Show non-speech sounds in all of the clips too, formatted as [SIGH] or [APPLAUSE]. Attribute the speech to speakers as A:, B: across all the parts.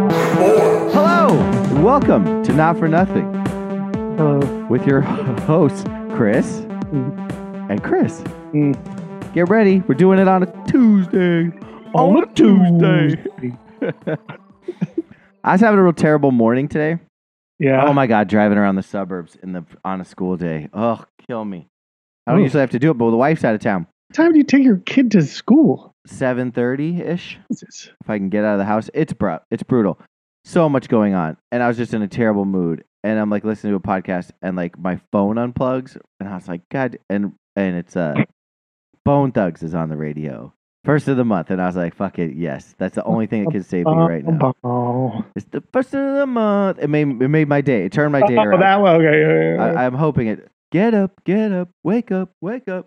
A: Hello, welcome to Not for Nothing
B: Hello.
A: with your hosts Chris and Chris.
B: Mm.
A: Get ready, we're doing it on a Tuesday.
B: On a Tuesday.
A: I was having a real terrible morning today.
B: Yeah.
A: oh my god, driving around the suburbs in the on a school day. Oh, kill me. I don't
B: Oof.
A: usually have to do it, but the wife's out of town.
B: What time do you take your kid to school?
A: Seven thirty ish.
B: Jesus.
A: if I can get out of the house. It's bru- it's brutal. So much going on, and I was just in a terrible mood. And I'm like listening to a podcast, and like my phone unplugs, and I was like, God, and and it's uh, Bone Thugs is on the radio, first of the month, and I was like, Fuck it, yes, that's the only thing that can save me right
B: [LAUGHS]
A: now.
B: Oh,
A: It's the first of the month. It made it made my day. It turned my day
B: oh,
A: around.
B: that one. Okay. yeah, yeah, yeah.
A: uh, I, I'm hoping it. Get up, get up, wake up, wake up.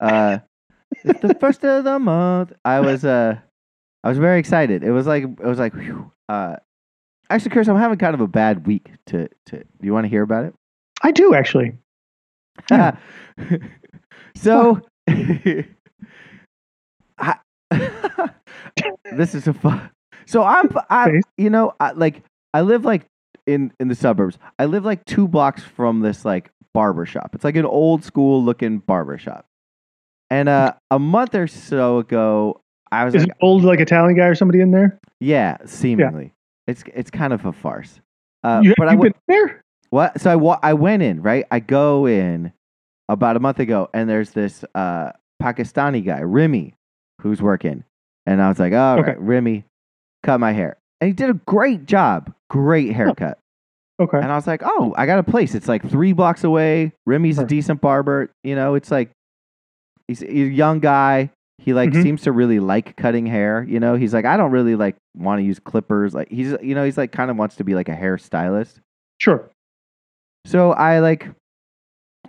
A: Uh, it's the first of the month. I was uh, I was very excited. It was like it was like. Whew, uh, actually, Chris, I'm having kind of a bad week. To to do you want to hear about it?
B: I do actually. Yeah.
A: [LAUGHS] so, [LAUGHS] I, this is a fun. So I'm I
B: Please.
A: you know I, like I live like in in the suburbs. I live like two blocks from this like barber shop. It's like an old school looking barber shop. And uh, a month or so ago, I was
B: Is
A: like,
B: an old like Italian guy or somebody in there?
A: yeah, seemingly. It's it's kind of a farce. Uh,
B: you,
A: but I
B: you
A: would.
B: been there?
A: What? So I wa- I went in, right? I go in about a month ago, and there's this uh, Pakistani guy, Remy, who's working, and I was like, all
B: Okay.
A: right, Remy, cut my hair, and he did a great job, great haircut.
B: Oh, Okay.
A: And I was like, oh, I got a place. It's like three blocks away. Remy's a
B: Sure.
A: decent barber. You know, it's like he's a young guy. He like
B: Mhm.
A: seems to really like cutting hair. You know, he's like, I don't really like want to use clippers. Like he's, you know, he's like kind of wants to be like a hairstylist.
B: Sure.
A: So I like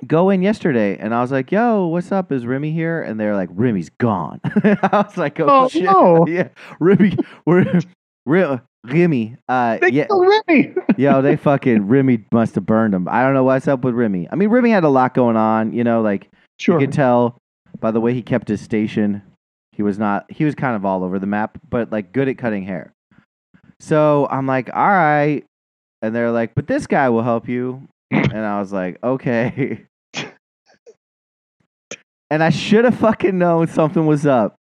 A: go in yesterday and I was like, yo, what's up? Is Remy here? And they're like, Remy's gone. [LAUGHS] I was like, oh,
B: Oh,
A: shit.
B: no.
A: [LAUGHS] Yeah. Remy, we're, Re- Remy. Uh,
B: They
A: yeah,
B: killed Remy.
A: yo, they fucking, Remy must have burned him. I don't know what's up with Remy. I mean, Remy had a lot going on, you know, like
B: [LAUGHS] sure.
A: you could tell by the way he kept his station. He was not. He was kind of all over the map, but like good at cutting hair. So I'm like, all right, and they're like, but this guy will help you, and I was like, okay. [LAUGHS] and I should have fucking known something was up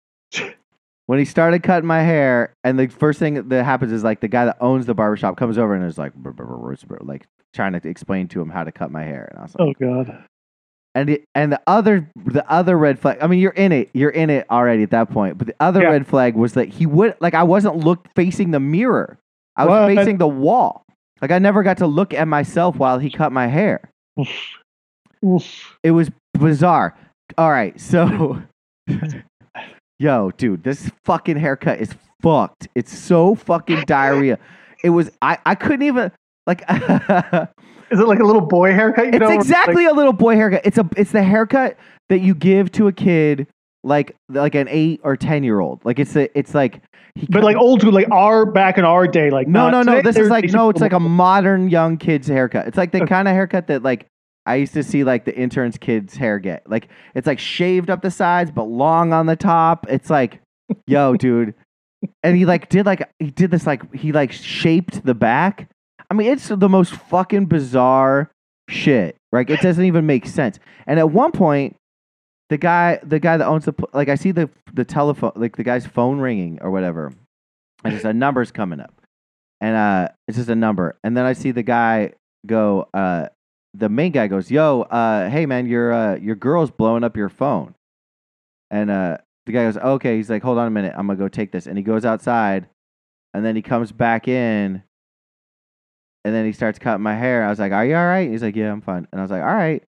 A: when he started cutting my hair. And the first thing that happens is like the guy that owns the barbershop comes over and is like, "Brr, brr, brr, brr, brr," like trying to explain to him how to cut my hair, and I was like,
B: oh God.
A: and the, and the other the other red flag. I mean, you're in it. You're in it already at that point. But the other
B: Yeah.
A: red flag was that he would like I wasn't look facing the mirror. I was
B: What?
A: facing the wall. Like I never got to look at myself while he cut my hair.
B: Oof.
A: It was bizarre. All right, so [LAUGHS] yo, dude, this fucking haircut is fucked. It's so fucking diarrhea. It was I I couldn't even like [LAUGHS]
B: Is it like a little boy haircut? You
A: It's
B: know, where
A: exactly a little boy haircut. It's a it's the haircut that you give to a kid like like an eight or ten year old. Like it's a it's like he
B: Like, but
A: cut-
B: like old school, like our back in our day, like
A: no
B: not
A: no no
B: today,
A: this is
B: they're-
A: like
B: they
A: no
B: should-
A: it's like a modern young kid's haircut. It's like the
B: Okay.
A: kind of haircut that like I used to see like the intern's kids hair get. Like it's like shaved up the sides but long on the top. It's like
B: [LAUGHS]
A: yo dude, and he like did like he did this like he like shaped the back. I mean it's the most fucking bizarre shit. Like it doesn't even make sense. And at one point, the guy, the guy that owns the pl- like, I see the the telephone, like the guy's phone ringing or whatever, and just a number's coming up, and uh, it's just a number, and then I see the guy go, uh, the main guy goes, "Yo, uh, hey man, your uh, your girl's blowing up your phone," and uh, the guy goes, "Okay," he's like, "Hold on a minute, I'm gonna go take this," and he goes outside, and then he comes back in. And then he starts cutting my hair. I was like, "Are you all right?" He's like, "Yeah, I'm fine." And I was like, "All right."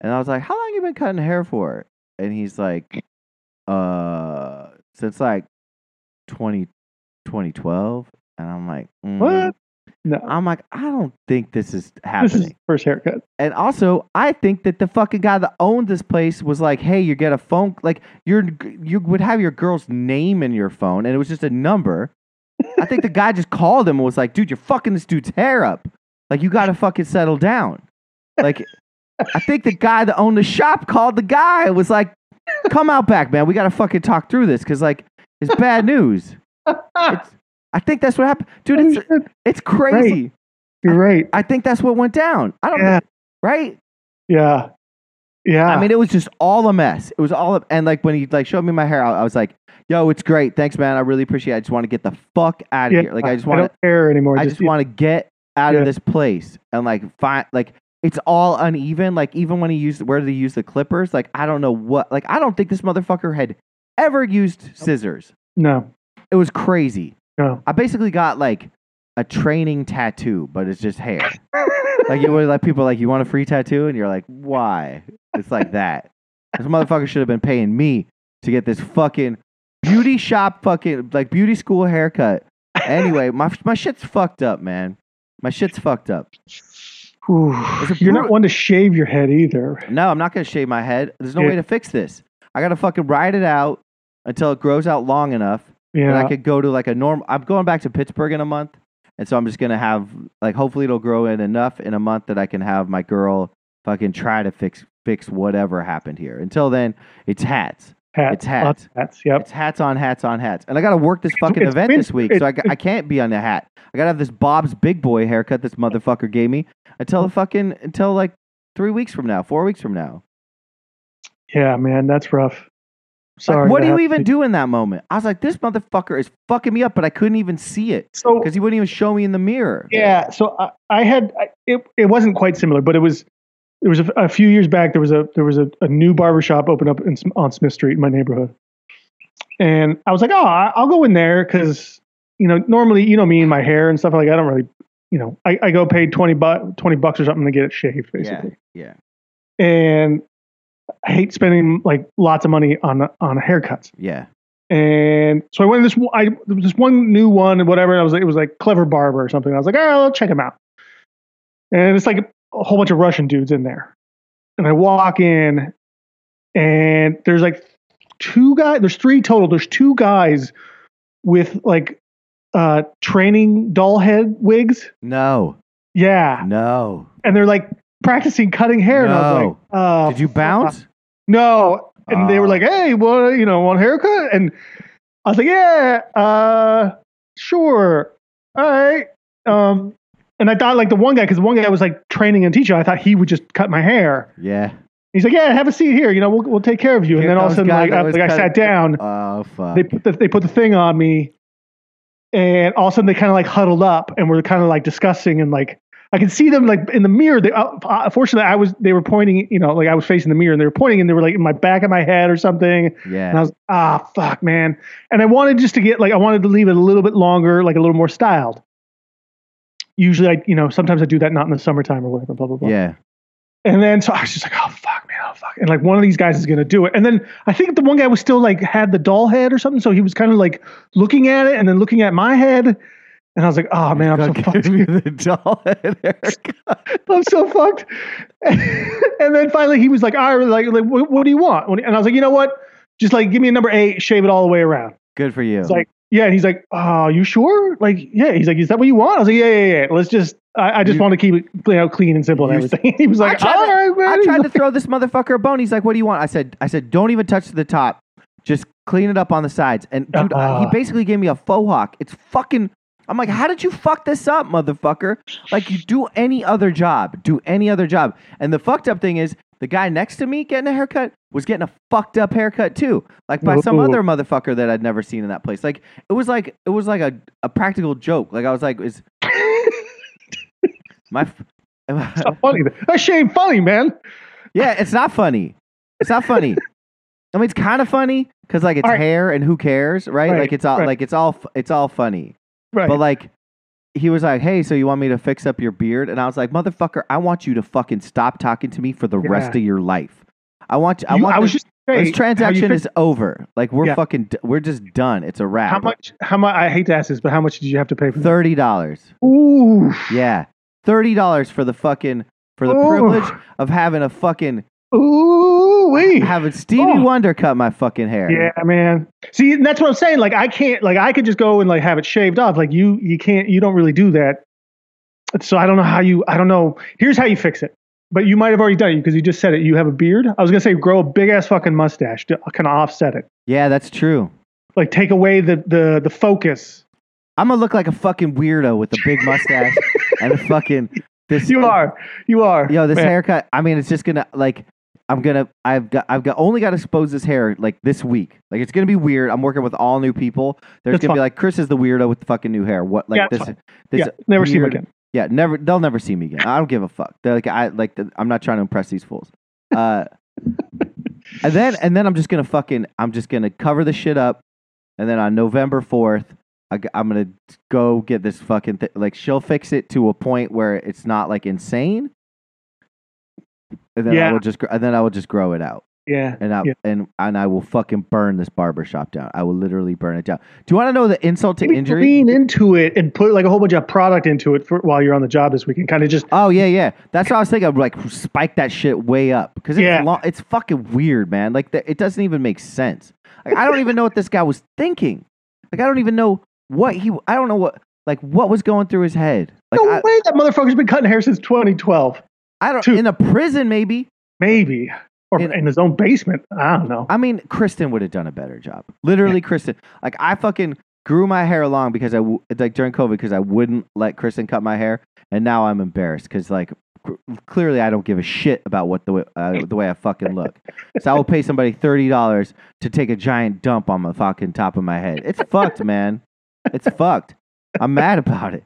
A: And I was like, "How long you been cutting hair for?" And he's like, "Uh, since like 20, 2012." And I'm like, mm.
B: What? No,
A: I'm like, I don't think this is
B: this
A: happening.
B: is the first haircut.
A: and also, I think that the fucking guy that owned this place was like, "Hey, you get a phone like your you would have your girl's name in your phone, and it was just a number." I think the guy just called him and was like, "Dude, you're fucking this dude's hair up. Like, you got to fucking settle down." Like, I think the guy that owned the shop called the guy and was like, "Come out back, man. We got to fucking talk through this because like it's bad news."
B: Ah,
A: I think that's what happened, dude.
B: oh,
A: It's
B: shit.
A: it's crazy.
B: You're right. [LAUGHS]
A: I think that's what went down. I don't
B: Yeah.
A: right?
B: Yeah. Yeah.
A: I mean, it was just all a mess. It was all a, and like when he like showed me my hair, I, I was like, "Yo, it's great. Thanks, man. I really appreciate. it. I just want to get the fuck out of
B: yeah,
A: here. Like, I just want to
B: don't care anymore.
A: I just want to get out
B: Yeah.
A: of this place and like find like it's all uneven. Like even when he used where did he use the clippers? Like I don't know what. Like I don't think this motherfucker had ever used scissors.
B: No.
A: It was crazy.
B: No.
A: I basically got like a training tattoo, but it's just hair.
B: [SIGHS]
A: like you would like people like you want a free tattoo, and you're like, why? It's like that. This motherfucker should have been paying me to get this fucking beauty shop fucking like beauty school haircut. Anyway, my my shit's fucked up, man. My shit's fucked up.
B: Ooh,
A: It's a
B: you're
A: brute-
B: not one to shave your head either.
A: No, I'm not gonna shave my head. There's no
B: Yeah.
A: way to fix this. I gotta fucking ride it out until it grows out long enough that
B: Yeah.
A: I could go to like a normal. I'm going back to Pittsburgh in a month, and so I'm just gonna have like hopefully it'll grow in enough in a month that I can have my girl fucking try to fix fix whatever happened here. Until then, it's hats,
B: hats.
A: it's hats.
B: lots of hats. Yep.
A: it's hats on hats on hats, and I gotta work this fucking
B: it's
A: event
B: been-
A: this week, so I, ca- I can't be on the hat. I gotta have this Bob's Big Boy haircut this motherfucker gave me until the fucking until like three weeks from now, four weeks from now.
B: Yeah, man, that's rough.
A: Like,
B: Sorry.
A: what
B: that
A: do you
B: happened.
A: even do in that moment? I was like, this motherfucker is fucking me up, but I couldn't even see it
B: So
A: because he wouldn't even show me in the mirror.
B: yeah, so I, I had I, it. It wasn't quite similar, but it was. It was a, a few years back. There was a there was a, a new barbershop opened up in, Sm- on Smith Street in my neighborhood, and I was like, oh, I- I'll go in there because you know normally you know me and my hair and stuff like I don't really you know I, I go pay twenty bu- twenty bucks or something to get it shaved basically.
A: yeah.
B: and I hate spending like lots of money on on haircuts.
A: Yeah.
B: And so I went to this I there was this one new one and whatever. And I was like, it was like Clever Barber or something. I was like, oh, I'll check him out. And it's like a whole bunch of Russian dudes in there. And I walk in, and there's like two guys. There's three total. There's two guys with like uh training doll head wigs.
A: No.
B: Yeah,
A: No.
B: and they're like practicing cutting hair. And I was like, uh,
A: Did you bounce?
B: no. And they were
A: Ah.
B: like, hey, what, you know, want a haircut? And I was like, yeah, uh, sure. All right. Um, and I thought like the one guy, because the one guy was like training and teaching, I thought he would just cut my hair.
A: Yeah.
B: He's like, yeah, have a seat here. You know, we'll, we'll take care of you.
A: Here
B: and then all of a
A: comes
B: sudden,
A: guy
B: like,
A: that
B: I,
A: was
B: like I
A: cutting-
B: sat down,
A: Oh fuck.
B: they put, the, they put the thing on me. And all of a sudden, they kind of like huddled up and were kind of like discussing and like, I could see them like in the mirror. They, uh, uh, fortunately, I was they were pointing, you know, like I was facing the mirror and they were pointing and they were like in my back of my head or something. And I
A: yeah.
B: was ah fuck man, and I wanted just to get like I wanted to leave it a little bit longer, like a little more styled. Usually, I you know sometimes I do that not in the summertime or whatever, blah blah blah.
A: Yeah.
B: And then so I was just like oh fuck man, oh fuck, and like one of these guys is gonna do it, and then I think the one guy was still like had the doll head or something, so he was kind of like looking at it and then looking at my head, and I was like oh man, I'm so
A: Give
B: [LAUGHS] fucked.
A: me the doll [LAUGHS] and haircut.
B: I'm so fucked. [LAUGHS] and then finally he was like, all right, like, like what, what do you want? What do you- And I was like, you know what? Just like give me a number eight, shave it all the way around.
A: Good for you.
B: It's like, yeah. And he's like, oh, you sure? Like, yeah. He's like, is that what you want? I was like, yeah, yeah, yeah. Let's just, I, I just
A: You-
B: want to keep it you know, clean and simple and
A: You-
B: everything. [LAUGHS] he was
A: I
B: like, all
A: tried to-
B: right, man.
A: I
B: [LAUGHS]
A: tried to throw this motherfucker a bone. He's like, "What do you want?" I said, "I said, don't even touch the top. Just clean it up on the sides." And dude, I- he
B: Uh-uh.
A: basically gave me a faux hawk. It's fucking. I'm like, "How did you fuck this up, motherfucker? Like, you do any other job? Do any other job?" And the fucked up thing is, the guy next to me getting a haircut was getting a fucked up haircut too, like by some
B: Ooh.
A: other motherfucker that I'd never seen in that place. Like, it was like it was like a, a practical joke. Like, I was like, "Is
B: [LAUGHS]
A: my." f- [LAUGHS]
B: That's not funny. That shit ain't funny, man.
A: Yeah, it's not funny. It's not funny. I mean, it's kind of funny because like it's
B: All right.
A: hair and who cares, right?
B: Right,
A: like it's all
B: right.
A: like it's all f- it's all funny.
B: Right.
A: But like he was like, "Hey, so you want me to fix up your beard?" And I was like, "Motherfucker, I want you to fucking stop talking to me for the rest
B: Yeah.
A: of your life. I want I
B: You-
A: want
B: I was
A: this,
B: just saying,
A: this
B: how you
A: transaction
B: fix-
A: is over. Like we're
B: Yeah.
A: fucking d- we're just done. It's a wrap.
B: how much, how much, I hate to ask this, but how much did you have to pay for that?
A: Thirty dollars.
B: Ooh.
A: Yeah, thirty dollars for the fucking for the
B: Ooh.
A: privilege of having a fucking
B: Ooh, wee.
A: having Stevie
B: Oh.
A: Wonder cut my fucking hair.
B: Yeah, man. See, and that's what I'm saying. Like, I can't. Like, I could just go and like have it shaved off. Like, you, you can't. You don't really do that. So I don't know how you. I don't know. Here's how you fix it. But you might have already done it because you just said it. You have a beard. I was gonna say grow a big ass fucking mustache to kind of offset it,
A: Yeah, that's true.
B: like take away the the the focus.
A: I'm gonna look like a fucking weirdo with a
B: [LAUGHS]
A: big mustache and a fucking this.
B: You are, you are.
A: Yo, this
B: man.
A: haircut. I mean, it's just gonna like. I'm gonna. I've got. I've got. Only got to expose this hair like this week. Like it's gonna be weird. I'm working with all new people. There's
B: That's
A: gonna be
B: fine.
A: like Chris is the weirdo with the fucking new hair. What like
B: Yeah,
A: this?
B: that's
A: This
B: yeah, never see him
A: weird-
B: again.
A: Yeah, never. They'll never see me again. I don't give a fuck. They're like I like. th- I'm not trying to impress these fools.
B: [LAUGHS]
A: Uh, and then and then I'm just gonna fucking. I'm just gonna cover the shit up, and then on November fourth, I'm gonna go get this fucking thi- like. She'll fix it to a point where it's not like insane. And then I
B: Yeah.
A: will just. gr- And then I will just grow it out,
B: Yeah,
A: and I
B: Yeah.
A: and and I will fucking burn this barber shop down. I will literally burn it down. Do you want to know the insult to
B: Maybe
A: injury?
B: Lean into it and put like a whole bunch of product into it for, while you're on the job this weekend. Kind of just
A: Oh yeah, yeah. That's what I was thinking. I'd, Like spike that shit way up because it's
B: Yeah.
A: long, it's fucking weird, man. Like the, it doesn't even make sense. Like, I don't even know what this guy was thinking. Like I don't even know what he. I don't know what like what was going through his head. Like
B: no
A: I,
B: way that motherfucker's been cutting hair since 2012,
A: I don't
B: Two.
A: in a prison maybe.
B: maybe, or
A: In-
B: in, his own basement. I don't know.
A: I mean, Kristen would have done a better job. Literally, Kristen. Like I fucking grew my hair long because I w- like during COVID because I wouldn't let Kristen cut my hair, and now I'm embarrassed because like cr- clearly I don't give a shit about what the way, uh, the way I fucking look. so I will pay somebody thirty dollars to take a giant dump on my fucking top of my head. It's fucked, man. It's fucked. I'm mad about it.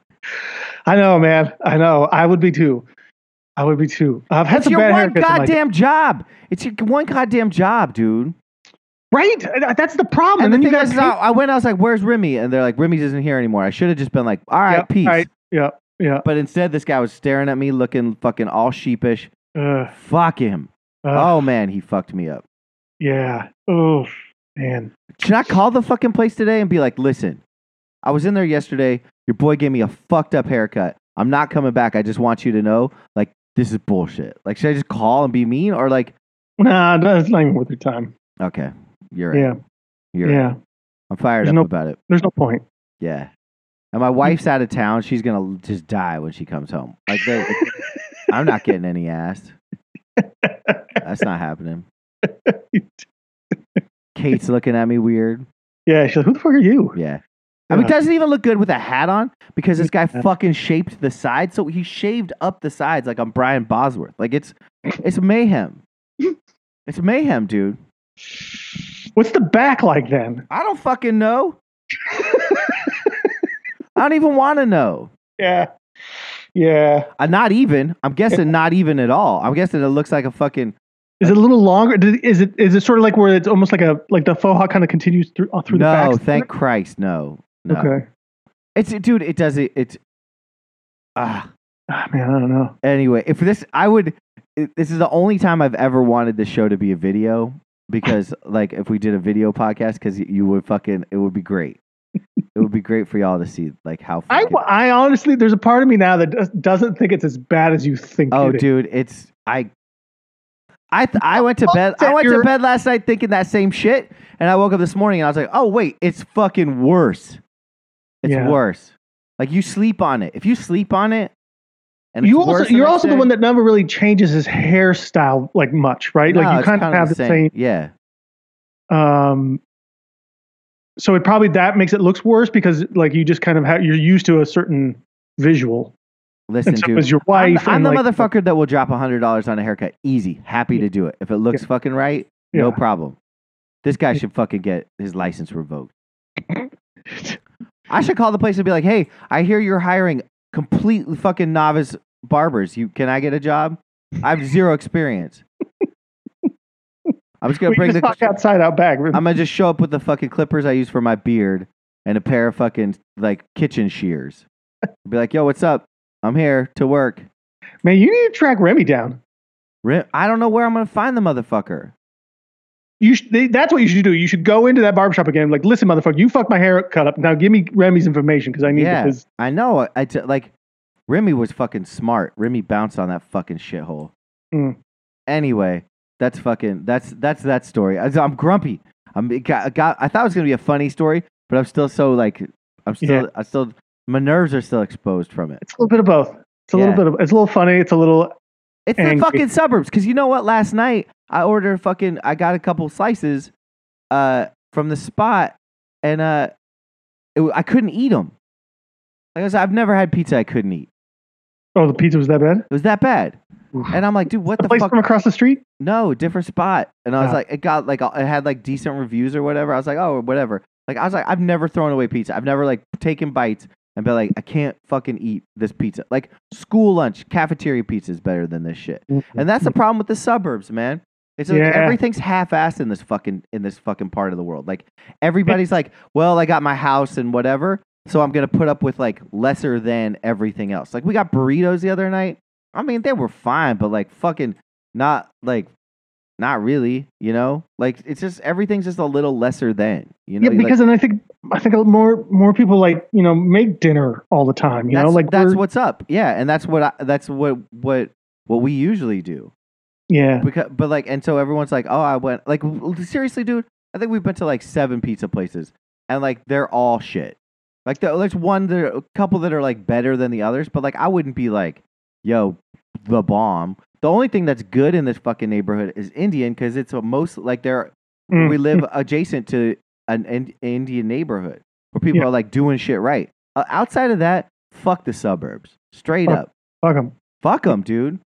B: I know, man. I know. I would be too. I would be too. I've had
A: It's
B: some
A: your
B: bad
A: one
B: haircuts. in my-
A: goddamn job. It's your one goddamn job, dude.
B: right? Uh, That's the problem.
A: And,
B: And,
A: the
B: then
A: thing
B: you guys
A: is, I I went. I was like, "Where's Remy?" And they're like, "Remy's isn't here anymore." I should have just been like, "All right,
B: Yep,
A: peace."
B: all right. Yeah, yeah.
A: But instead, this guy was staring at me, looking fucking all sheepish.
B: Ugh,
A: Fuck him.
B: ugh,
A: uh, oh man, he fucked me up.
B: yeah. Oh man.
A: Should I call the fucking place today and be like, "Listen, I was in there yesterday. Your boy gave me a fucked up haircut. I'm not coming back. I just want you to know, like, this is bullshit." Like, should I just call and be mean, or like,
B: Nah, that's not even worth your time.
A: okay, you're right.
B: Yeah,
A: You're right.
B: yeah.
A: I'm fired
B: There's
A: up
B: no-
A: about it.
B: There's no point.
A: Yeah. And my wife's out of town. She's gonna just die when she comes home. Like they, I'm not getting any ass. That's not happening. Kate's looking at me weird.
B: Yeah. She's like, who the fuck are you?
A: Yeah. I mean, it
B: Yeah.
A: doesn't even look good with a hat on because this guy fucking shaped the sides. So he shaved up the sides like I'm Brian Bosworth. Like it's it's mayhem. It's mayhem, dude.
B: What's the back like then?
A: I don't fucking know. I don't even want to know.
B: Yeah. Yeah.
A: Uh, not even. I'm guessing not even at all. I'm guessing it looks like a fucking.
B: Is it a little longer? Did- Is it is it sort of like where it's almost like a like the faux hawk kind of continues through uh, through
A: no,
B: the back?
A: thank Christ, no, no.
B: Okay.
A: It's dude. It does it. It's. Ah,
B: Ah, man, I don't know.
A: anyway, if this, I would. It, this is the only time I've ever wanted the show to be a video
B: [LAUGHS]
A: because, like, if we did a video podcast, because you would fucking, it would be great. it would be great for y'all to see, like, how.
B: I,
A: fucking-
B: I honestly, there's a part of me now that does, doesn't think it's as bad as you think.
A: Oh,
B: it is.
A: dude, it's I. I th- I went to bed. I
B: that
A: went to
B: you're-
A: bed last night thinking that same shit, and I woke up this morning and I was like, "Oh wait, it's fucking worse. It's
B: Yeah.
A: worse. Like you sleep on it. If you sleep on it, and it's
B: you also
A: worse the
B: you're
A: next
B: also
A: day-
B: the one that never really changes his hairstyle like much, right?
A: No,
B: like you
A: it's
B: kind of
A: kinda
B: have the same.
A: Yeah,
B: Um, so it probably that makes it looks worse because like you just kind of have you're used to a certain visual, [LAUGHS]
A: listen,
B: and so
A: dude.
B: is your
A: I'm,
B: wife.
A: the- I'm
B: and
A: the
B: like,
A: motherfucker that will drop hundred dollars on a haircut. Easy, happy to do it if it looks fucking right. No
B: yeah.
A: problem. This guy
B: Yeah.
A: should fucking get his license
B: [LAUGHS]
A: revoked. I should call the place and be like, "Hey, I hear you're hiring completely fucking novice barbers. You can I get a job? I have zero experience. I'm just gonna
B: We
A: bring
B: just
A: the.
B: talk outside out back.
A: [LAUGHS] I'm gonna just show up with the fucking clippers I use for my beard and a pair of fucking like kitchen shears. Be like, "Yo, what's up? I'm here to work.
B: Man, you need to track Remy down.
A: Re- I don't know where I'm gonna find the motherfucker.
B: You sh- they, that's what you should do. You should go into that barbershop again. Like, listen, motherfucker, you fucked my hair cut up. Now give me Remy's information because I need
A: Yeah.
B: his.
A: I know. I- I t- like Remy was fucking smart. Remy bounced on that fucking shithole.
B: Mm.
A: Anyway, that's fucking that's that's that story. I, am grumpy. I'm it got, I got, I thought it was gonna be a funny story, but I'm still so like I'm still
B: Yeah.
A: I still my nerves are still exposed from it.
B: It's a little bit of both. It's a
A: Yeah.
B: little bit of. It's a little funny. It's a little.
A: It's the
B: And-
A: fucking suburbs. Because you know what? Last night I ordered fucking. I got a couple slices, uh, from the spot, and uh, it, wa- I couldn't eat them. Like I said, I've never had pizza I couldn't eat.
B: Oh, the pizza was that bad?
A: It was that bad.
B: Oof.
A: And I'm like, dude, what
B: The
A: the
B: place
A: fuck?
B: from across the street?
A: No, different spot. And I was
B: Yeah.
A: like, it got like, uh, it had like decent reviews or whatever. I was like, oh, whatever. Like, I was like, I've never thrown away pizza. I've never like taken bites and been like, I can't fucking eat this pizza. Like, school lunch, cafeteria pizza is better than this shit. And that's the problem with the suburbs, man. It's like
B: Mm-hmm. Yeah.
A: everything's half-assed in this fucking in this fucking part of the world. Like everybody's like, "Well, I got my house and whatever, so I'm gonna put up with like lesser than everything else." Like we got burritos the other night. I mean, they were fine, but like fucking not like not really, you know. Like it's just everything's just a little lesser than, you know.
B: yeah,
A: You're like,
B: because then I think I think more more people like you know make dinner all the time. You
A: that's,
B: know, like
A: that's
B: we're-
A: what's up. Yeah, and that's what I, that's what what what we usually do.
B: Yeah,
A: because but like and so everyone's like oh i went like l- seriously dude i think we've been to like seven pizza places and like they're all shit like the, there's one there a couple that are like better than the others but like i wouldn't be like yo the bomb the only thing that's good in this fucking neighborhood is indian because it's a most like there
B: Mm.
A: we
B: [LAUGHS]
A: live adjacent to an in, indian neighborhood where people
B: Yeah.
A: are like doing shit right uh, outside of that fuck the suburbs straight
B: Fuck.
A: up
B: Fuck 'em.
A: Fuck them, dude.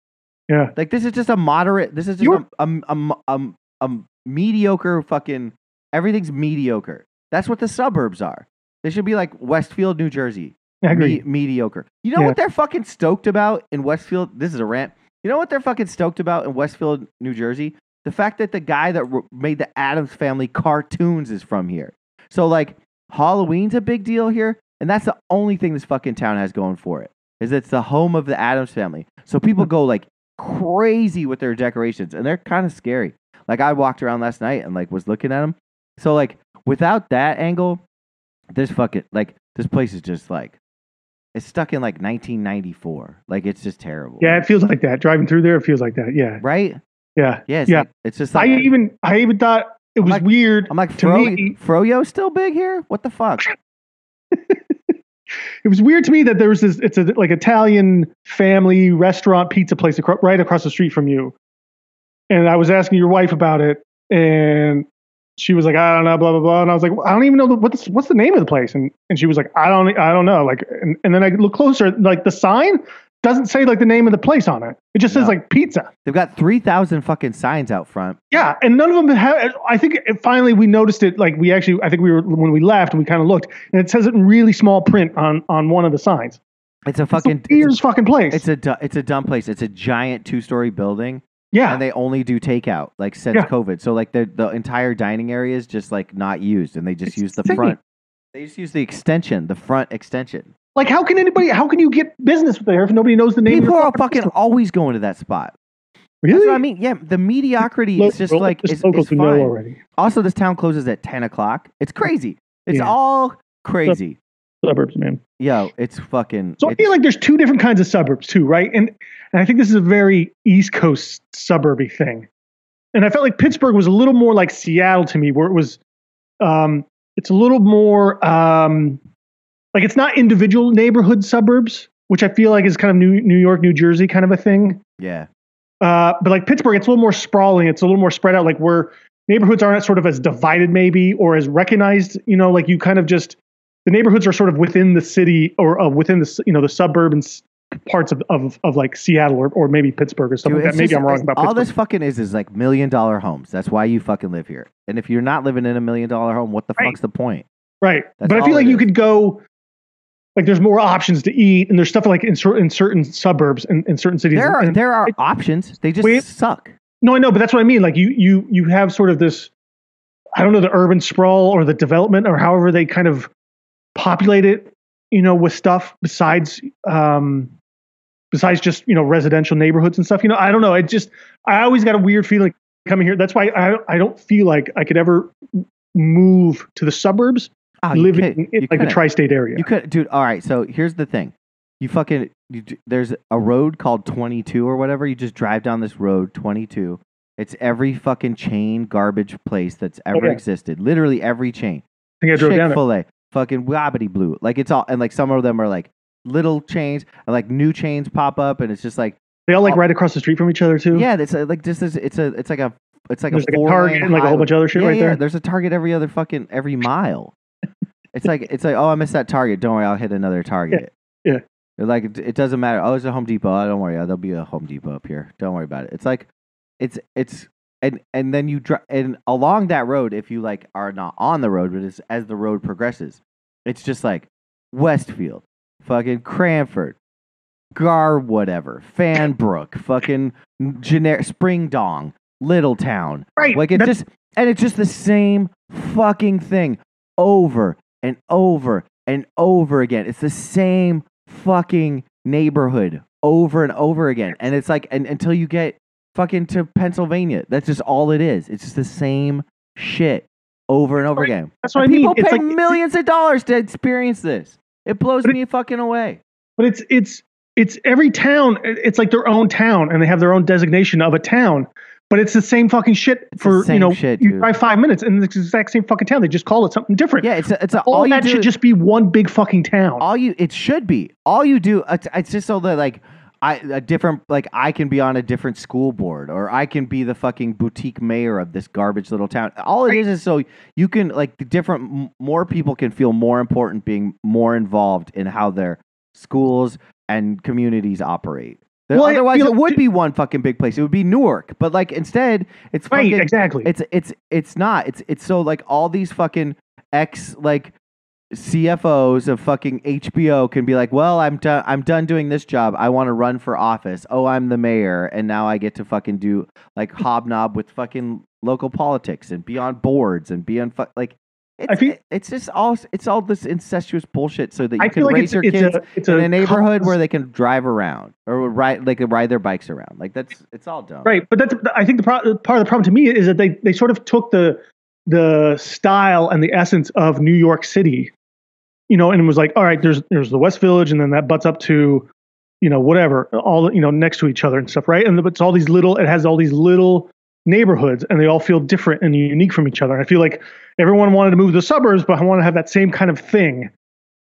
B: Yeah.
A: Like this is just a moderate. This is just
B: You're-
A: a, a, a, a, a mediocre fucking. Everything's mediocre. That's what the suburbs are. They should be like Westfield, New Jersey.
B: I agree.
A: Me- mediocre. You know
B: Yeah.
A: what they're fucking stoked about in Westfield? This is a rant. You know what they're fucking stoked about in Westfield, New Jersey? The fact that the guy that wr- made the Adams Family cartoons is from here. So like Halloween's a big deal here, and that's the only thing this fucking town has going for it. Is it's the home of the Adams Family. So people go like crazy with their decorations, and they're kind of scary. Like I walked around last night and like was looking at them. So like without that angle, this fucking like this place is just like it's stuck in like 1994. Like it's just terrible.
B: Yeah, it feels like that. Driving through there, it feels like that. Yeah,
A: Right?
B: yeah.
A: Yeah. It's,
B: Yeah.
A: Like, it's just
B: I
A: like
B: even I even thought it was
A: Like-
B: weird.
A: I'm like
B: to
A: Fro-
B: me-
A: Froyo still big here? What the fuck?
B: It was weird to me that there was this. It's a like Italian family restaurant pizza place acro- right across the street from you, and I was asking your wife about it, and she was like, I don't know, blah blah blah, and I was like, I don't even know the, what's what's the name of the place, and and she was like, I don't I don't know, like, and, and then I look closer, like the sign doesn't say like the name of the place on it. It just says
A: No.
B: like pizza.
A: They've got 3,000 fucking signs out front.
B: Yeah, and none of them have. I think it, finally we noticed it. Like we actually, I think we were when we left, we kind of looked, and it says it in really small print on on one of the signs.
A: It's a
B: It's the
A: fucking
B: weirdest fucking place.
A: It's a du- it's a dumb place. It's a giant two story building,
B: yeah,
A: and they only do takeout like since
B: Yeah.
A: COVID. So like the the entire dining area is just like not used, and they just
B: It's
A: use the
B: insane.
A: front. They just use the extension, the front extension.
B: like how can anybody? How can you get business there if nobody knows the name?
A: People
B: of your
A: are fucking
B: restaurant?
A: always going to that spot.
B: really.
A: That's what I mean. Yeah, the mediocrity is just
B: Local-
A: like it's,
B: locals
A: it's
B: who know
A: fine.
B: already.
A: Also, this town closes at ten o'clock. It's crazy. It's
B: Yeah.
A: all crazy.
B: Suburbs, man.
A: Yo, it's fucking.
B: So I
A: it's-
B: feel like there's two different kinds of suburbs too, right? And and I think this is a very East Coast suburby thing. And I felt like Pittsburgh was a little more like Seattle to me, where it was um it's a little more um like it's not individual neighborhood suburbs, which I feel like is kind of New New York, New Jersey kind of a thing.
A: yeah,
B: Uh but like Pittsburgh, it's a little more sprawling, it's a little more spread out, like where neighborhoods aren't sort of as divided maybe or as recognized, you know, like you kind of just the neighborhoods are sort of within the city or uh, within the s- you know the suburban s- parts of, of, of like Seattle or, or maybe Pittsburgh or something
A: Dude,
B: like
A: it's
B: that. Maybe
A: just-
B: I'm wrong
A: it's-
B: about
A: all
B: Pittsburgh.
A: this fucking is is like million dollar homes. That's why you fucking live here. And if you're not living in a million dollar home, what the
B: Right.
A: fuck's the point?
B: right,
A: that's
B: but I
A: all
B: feel like
A: it
B: you
A: is.
B: could go like there's more options to eat and there's stuff like in, cer- in certain suburbs and in, certain cities.
A: There are
B: And-
A: there are options. They just
B: Wait.
A: suck.
B: no, I know, but that's what I mean. Like you you you have sort of this I don't know the urban sprawl or the development or however they kind of populate it, you know, with stuff besides um besides just, you know, residential neighborhoods and stuff. You know, I don't know. It just I always got a weird feeling coming here. That's why I I don't feel like I could ever move to the suburbs
A: Oh, you
B: living
A: could-
B: in
A: you
B: like the
A: couldn't.
B: tri-state area.
A: You could, dude. All right. So here's the thing. You fucking you, d- there's a road called 22 or whatever. You just drive down this road 22. It's every fucking chain garbage place that's ever
B: yeah.
A: existed. Literally every chain.
B: I think I drove down
A: Chick
B: it.
A: Fil A, fucking Wobbity Blue. Like it's all and like some of them are like little chains and like new chains pop up and it's just like
B: They all like
A: Oh.
B: right across the street from each other too.
A: Yeah, it's a, like this is it's a it's like a it's like
B: There's
A: a,
B: like a
A: four
B: Target and like a whole bunch of other shit
A: yeah,
B: right
A: yeah,
B: there.
A: There's a Target every other fucking every mile. it's like it's like oh I missed that Target. Don't worry, I'll hit another Target.
B: yeah.
A: They're like it, it doesn't matter. Oh, it's a Home Depot. Oh, don't worry, oh, there'll be a Home Depot up here. Don't worry about it. It's like it's it's and and then you drive and along that road if you like are not on the road but it's as the road progresses, it's just like Westfield, fucking Cranford, Gar whatever, Fanbrook, fucking generic Spring Dong, Little Town.
B: Right.
A: Like it's
B: That's-
A: just and it's just the same fucking thing over and over and over again. It's the same fucking neighborhood over and over again. And it's like and, until you get fucking to Pennsylvania. That's just all it is. It's just the same shit over and over
B: Right.
A: again.
B: that's what I
A: And
B: mean.
A: people
B: It's
A: pay
B: like
A: millions of dollars to experience this. It blows
B: But it-
A: me fucking away.
B: but it's it's it's every town it- it's like their own town and they have their own designation of a town but it's the same fucking shit
A: It's the
B: for
A: same
B: you know
A: shit,
B: you
A: dude.
B: drive five minutes and it's the exact same fucking town they just call it something different
A: Yeah, it's a, it's a,
B: all,
A: all you
B: that
A: do
B: should
A: is-
B: just be one big fucking town
A: all you it should be all you do it's, it's just so that like i a different like i can be on a different school board or i can be the fucking boutique mayor of this garbage little town all it is is so you can like the different m- more people can feel more important being more involved in how their schools and communities operate That
B: Well, I
A: otherwise
B: feel-
A: it would be one fucking big place it would be newark but like instead it's
B: right
A: fucking
B: exactly
A: it's it's it's not. It's it's so like all these fucking ex like CFOs of fucking HBO can be like, well, I'm done. I'm done doing this job. I want to run for office. Oh, I'm the mayor, and now I get to fucking do like hobnob with fucking local politics and be on boards and be on fu- like. It's,
B: feel-
A: it's just all it's all this incestuous bullshit so that you
B: i
A: can
B: feel like
A: raise
B: it's,
A: your
B: it's
A: kids
B: a it's
A: in
B: a
A: a neighborhood
B: cause-
A: where they can drive around or ride like ride their bikes around like that's it's all dumb
B: right but that's i think the pro- part of the problem to me is that they they sort of took the the style and the essence of new york city you know and was like all right there's there's the west village and then that butts up to you know whatever all you know next to each other and stuff right and it's all these little it has all these little neighborhoods and they all feel different and unique from each other and i feel like everyone wanted to move to the suburbs but i want to have that same kind of thing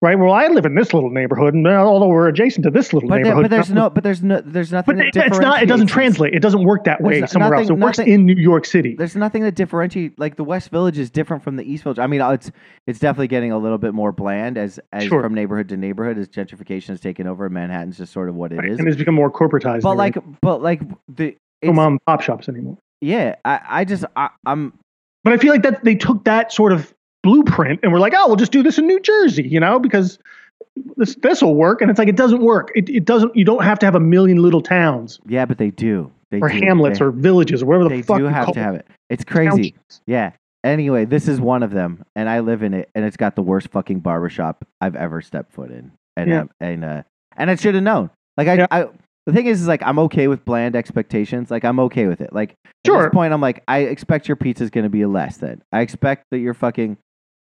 B: right well i live in this little neighborhood and uh, although we're adjacent to this little
A: But, there,
B: neighborhood
A: but there's no, but there's no, there's nothing.
B: but
A: that
B: it- it's not. It doesn't
A: differentiates us.
B: translate. It doesn't work that way
A: There's
B: somewhere else. It
A: nothing-
B: works
A: nothing-
B: in New York City.
A: There's nothing that differentiate. Like the West Village is different from the East Village. I mean, uh, it's it's definitely getting a little bit more bland as as
B: Sure.
A: from neighborhood to neighborhood as gentrification has taken over. and Manhattan's just sort of what it is.
B: and it's become more corporatized.
A: But
B: and
A: like, but like the
B: no
A: it's-
B: mom and pop shops anymore.
A: yeah, I I just I, I'm
B: But I feel like that they took that sort of blueprint and we're like, oh, we'll just do this in New Jersey, you know, because this this will work. And it's like it doesn't work. It, it doesn't. You don't have to have a million little towns
A: yeah, but they do they
B: or
A: do.
B: hamlets
A: they,
B: or villages or whatever the
A: they
B: fuck
A: do
B: you
A: have
B: call
A: to
B: it.
A: have it. It's crazy.
B: Townships.
A: Yeah. Anyway, this is one of them, and I live in it, and it's got the worst fucking barbershop I've ever stepped foot in, and
B: Yeah.
A: um, and uh, and I should have known. Like I,
B: Yeah.
A: I, the thing is, is like I'm okay with bland expectations. Like I'm okay with it. Like at
B: Sure.
A: this point, I'm like I expect your pizza's going to be a less than. I expect that you're fucking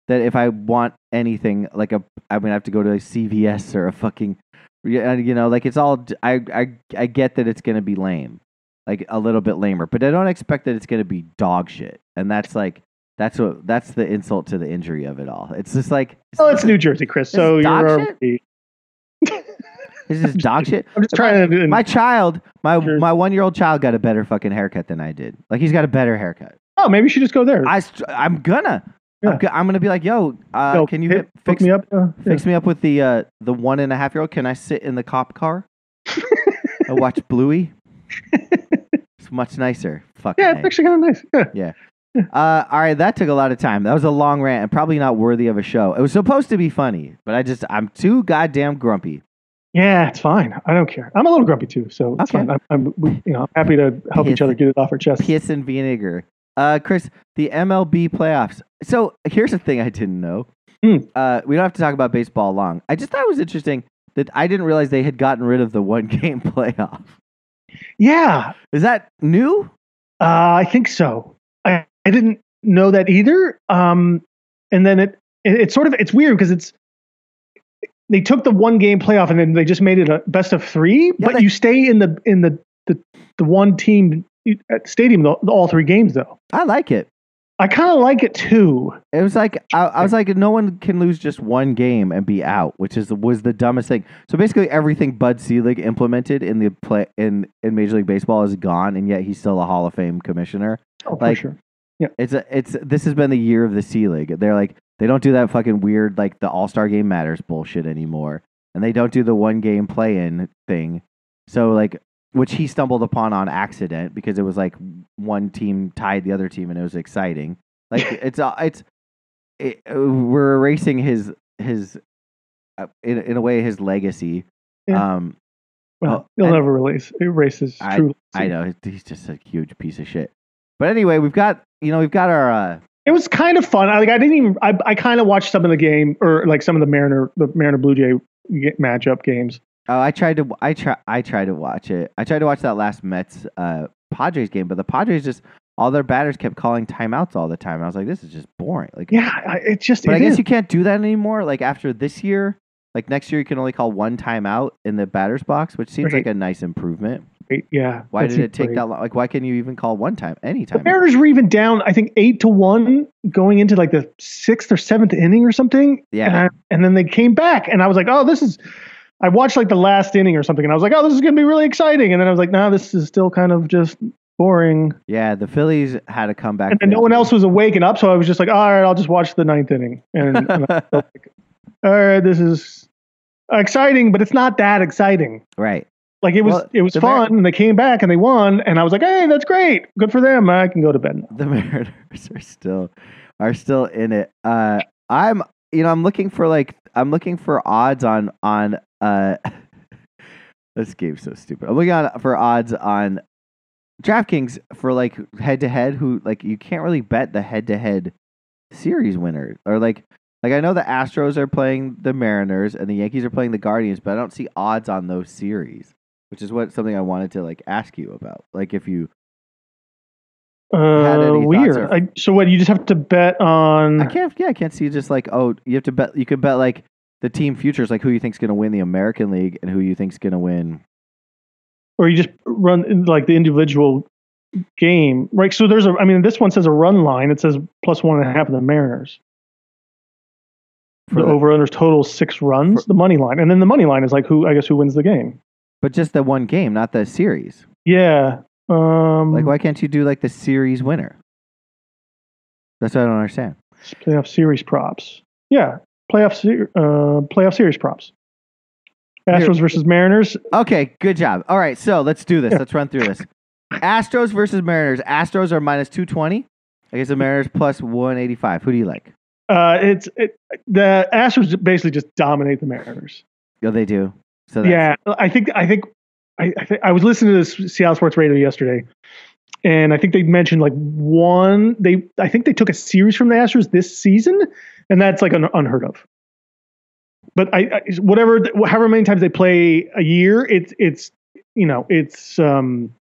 A: that if I want anything, like a I'm gonna have to go to a CVS or a fucking, yeah, and, you know, like it's all. I I I get that it's gonna be lame, like a little bit lamer, but I don't expect that it's gonna be dog shit. And that's like that's what that's the insult to the injury of it all. It's just like
B: Well, Oh, it's New Jersey, Chris.
A: This is
B: So you're
A: dog
B: already-
A: this is dog
B: [LAUGHS]
A: shit.
B: I'm just trying to.
A: My child, my
B: Sure.
A: my one year old child got a better fucking haircut than I did. Like he's got a better haircut.
B: oh, maybe you should just go there.
A: I str- I'm gonna.
B: Yeah.
A: I'm, go- I'm gonna be like, yo, uh,
B: Yo,
A: can you
B: hit-
A: hit,
B: hook
A: fix
B: me up? Uh, yeah.
A: Fix me up with the uh, the one and a half year old. Can I sit in the cop car
B: [LAUGHS]
A: and watch Bluey? it's much nicer. Fucking
B: Yeah, it's
A: A.
B: actually kind of nice. Yeah.
A: Uh, all right, that took a lot of time. That was a long rant and probably not worthy of a show. It was supposed to be funny, but I just I'm too goddamn grumpy.
B: Yeah, it's fine. I don't care. I'm a little grumpy too, so it's
A: Okay.
B: fine. I'm, I'm we, you know I'm happy to help each
A: Piss.
B: other get it off our chest.
A: Piss and vinegar. Uh, Chris, the MLB playoffs. So here's a thing I didn't know.
B: Hmm.
A: Uh, we don't have to talk about baseball long. I just thought it was interesting that I didn't realize they had gotten rid of the one [LAUGHS] game playoff.
B: Yeah,
A: Is that new?
B: uh, I think so. I, I didn't know that either. Um, and then it, it it's sort of it's weird because it's they took the one game playoff and then they just made it a best of three, but
A: they-
B: you stay in the in the the, the one team at stadium the, all three games though.
A: I like it.
B: I kind of like it too.
A: It was like I, I was like, no one can lose just one game and be out, which is was the dumbest thing. So basically, everything Bud Selig implemented in the play in in Major League Baseball is gone, and yet he's still a Hall of Fame commissioner.
B: Oh,
A: Like-
B: for sure.
A: It's a it's this has been the year of the Selig. They're like they don't do that fucking weird like the All Star Game matters bullshit anymore, and they don't do the one game play in thing. So like, which he stumbled upon on accident because it was like one team tied the other team and it was exciting. Like it's uh, it's it, uh, we're erasing his his uh, in in a way his legacy.
B: Yeah.
A: Um, Oh,
B: Well, you'll
A: and-
B: never release erase his
A: I-
B: true.
A: I know he's just a huge piece of shit. But anyway, we've got you know we've got our. Uh,
B: It was kind of fun. I, like I didn't even. I, I kind of watched some of the game or like some of the Mariner the Mariner Blue Jay ga- matchup games.
A: Oh, I tried to. I try. I tried to watch it. I tried to watch that last Mets uh, Padres game, but the Padres just all their batters kept calling timeouts all the time. I was like, this is just boring. Like,
B: Yeah, I, it just.
A: but
B: it
A: I guess
B: is.
A: you can't do that anymore. Like after this year, like next year, you can only call one timeout in the batter's box, which seems
B: Right.
A: like a nice improvement.
B: Great, yeah.
A: Why
B: that's
A: did it take
B: great.
A: that long? Like, why can you even call one time, any
B: The
A: time?
B: Mariners were even down. I think eight to one going into like the sixth or seventh inning or something. And,
A: Yeah,
B: I, and then they came back, and I was like, "Oh, this is." I watched like the last inning or something, and I was like, "Oh, this is going to be really exciting." And then I was like, "No, this is still kind of just boring."
A: yeah. The Phillies had a comeback,
B: And then no one
A: victory. [LAUGHS]
B: else was awake and up, so I was just like, "All right, I'll just watch the ninth inning." And,
A: [LAUGHS]
B: and I was like, all right, Uh, this is exciting, but it's not that exciting.
A: right?
B: Like it was,
A: Well,
B: it was
A: the Mar-
B: fun, and they came back and they won, and I was like, "Hey, that's great, good for them. I can go to bed now."
A: [LAUGHS] the Mariners are still are still in it. Uh, I'm you know I'm looking for like I'm looking for odds on on uh [LAUGHS] this game's so stupid. I'm looking on for odds on DraftKings for like head to head. Who like you can't really bet the head to head series winner or like like I know the Astros are playing the Mariners and the Yankees are playing the Guardians, but I don't see odds on those series. Which is what something I wanted to like ask you about. Like if you, had any
B: Uh,
A: thoughts
B: weird.
A: or-
B: I, so what? You just have to bet on.
A: I can't. Yeah, I can't see just like oh, you have to bet. You could bet like the team futures, like who you think's going to win the American League and who you think's going to win.
B: or you just run in, like the individual game, right? So there's a, I mean, this one says a run line. It says plus one and a half of the Mariners.
A: For
B: For the
A: the-
B: over unders total six runs, the money line, and then the money line is like who I guess who wins the game.
A: But just the one game, not the series.
B: Yeah. Um,
A: Like, why can't you do like the series winner? That's what I don't understand.
B: playoff series props. Yeah, playoff ser- uh, playoff series props. Astros versus Mariners.
A: Okay, good job. All right, so let's do this.
B: Yeah.
A: Let's run through this. Astros versus Mariners. Astros are minus two twenty. I guess the Mariners plus one eighty five. Who do you like?
B: Uh, it's it, the Astros basically just dominate the Mariners.
A: Oh, they do. So that's,
B: yeah, I think I think I I, think, I was listening to this Seattle Sports Radio yesterday, and I think they mentioned like one they I think they took a series from the Astros this season, and that's like un, unheard of. But I, I whatever however many times they play a year, it's it's you know it's um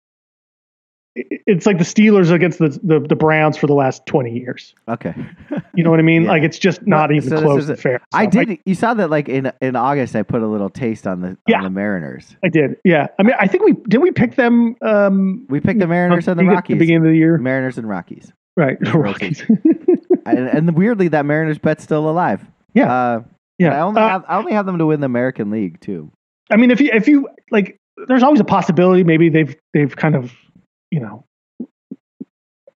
B: it- it's like the Steelers against the, the the Browns for the last twenty years. [LAUGHS]
A: Okay.
B: You know what I mean?
A: Yeah.
B: Like it's just not
A: Well,
B: even
A: so this
B: close
A: is
B: to
A: a-
B: fair.
A: I
B: So
A: did. you saw that like in in August. I put a little taste on the
B: Yeah.
A: on the Mariners.
B: I did. Yeah. I mean, I think we did. We pick them. Um,
A: We picked the Mariners and the
B: at
A: Rockies.
B: The beginning of the year,
A: Mariners and Rockies.
B: right?
A: Yeah,
B: Rockies.
A: [LAUGHS] and, and weirdly, that Mariners bet's still alive.
B: Yeah.
A: Uh,
B: yeah.
A: I only
B: Uh,
A: have I only have them to win the American League too.
B: I mean, if you if you like, there's always a possibility. Maybe they've they've kind of, you know,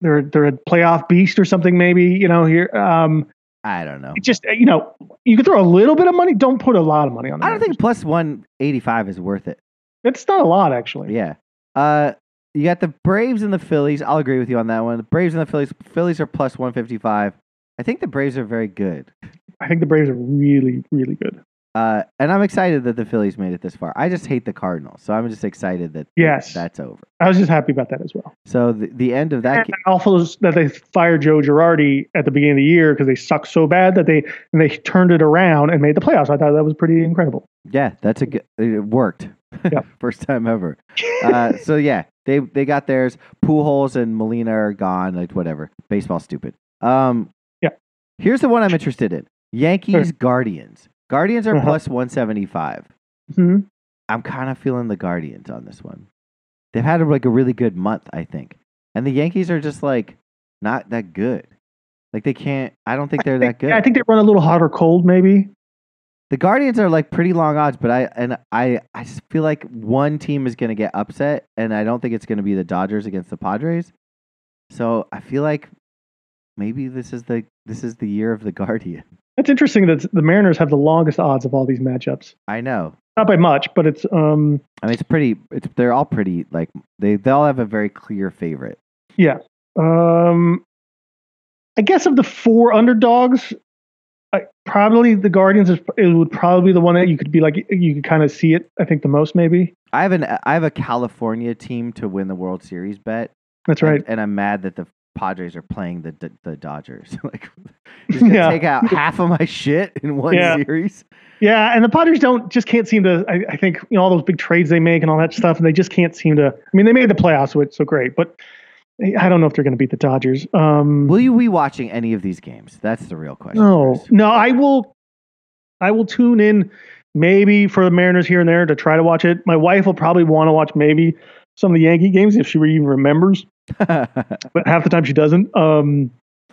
B: they're they're a playoff beast or something. Maybe you know here. Um,
A: I don't know.
B: it just uh, you know, you can throw a little bit of money. Don't put a lot of money on. the
A: I don't
B: Mariners.
A: think plus one eighty five is worth it.
B: it's not a lot actually.
A: Yeah. Uh, you got the Braves and the Phillies. I'll agree with you on that one. The Braves and the Phillies. Phillies are plus one fifty five. I think the Braves are very good.
B: I think the Braves are really really good.
A: Uh, and I'm excited that the Phillies made it this far. I just hate the Cardinals, so I'm just excited that
B: Yes.
A: that's over.
B: I was just happy about that as well.
A: So the, the end of that.
B: and
A: Game,
B: also that they fired Joe Girardi at the beginning of the year because they sucked so bad that they and they turned it around and made the playoffs. I thought that was pretty incredible.
A: yeah, that's a good. It worked.
B: Yeah.
A: [LAUGHS] First time ever. Uh, so yeah, they they got theirs. Pujols and Molina are gone. Like whatever. Baseball stupid. Um.
B: Yeah.
A: Here's the one I'm interested in. Yankees Guardians. Guardians are
B: Uh-huh.
A: plus 175.
B: hmm
A: I'm kind of feeling the Guardians on this one. They've had like a really good month, I think, and the Yankees are just like not that good. Like they can't. I don't think they're that good.
B: Yeah, I think they run a little hot or cold, maybe.
A: the Guardians are like pretty long odds, but I and I I just feel like one team is going to get upset, and I don't think it's going to be the Dodgers against the Padres. So I feel like maybe this is the this is the year of the [LAUGHS] Guardian.
B: That's interesting that the Mariners have the longest odds of all these matchups.
A: I know.
B: Not by much, but it's um
A: I mean, it's pretty. It's they're all pretty like they they all have a very clear favorite.
B: yeah. Um I guess of the four underdogs, I, probably the Guardians is it would probably be the one that you could be like you could kind of see it. I think the most maybe.
A: I have an I have a California team to win the World Series bet.
B: That's right.
A: And, and I'm mad that the Padres are playing the the, the Dodgers. [LAUGHS] like,
B: [LAUGHS]
A: just gonna
B: Yeah.
A: take out half of my shit in one
B: Yeah.
A: series.
B: Yeah, and the Padres don't just can't seem to. I, I think you know all those big trades they make and all that stuff, and they just can't seem to. I mean, they made the playoffs, so it's so great, but I don't know if they're going to beat the Dodgers. Um,
A: Will you be watching any of these games? That's the real question.
B: no,
A: Chris.
B: no, I will. I will tune in maybe for the Mariners here and there to try to watch it. My wife will probably want to watch maybe some of the Yankee games if she even remembers,
A: [LAUGHS]
B: but half the time she doesn't. Um,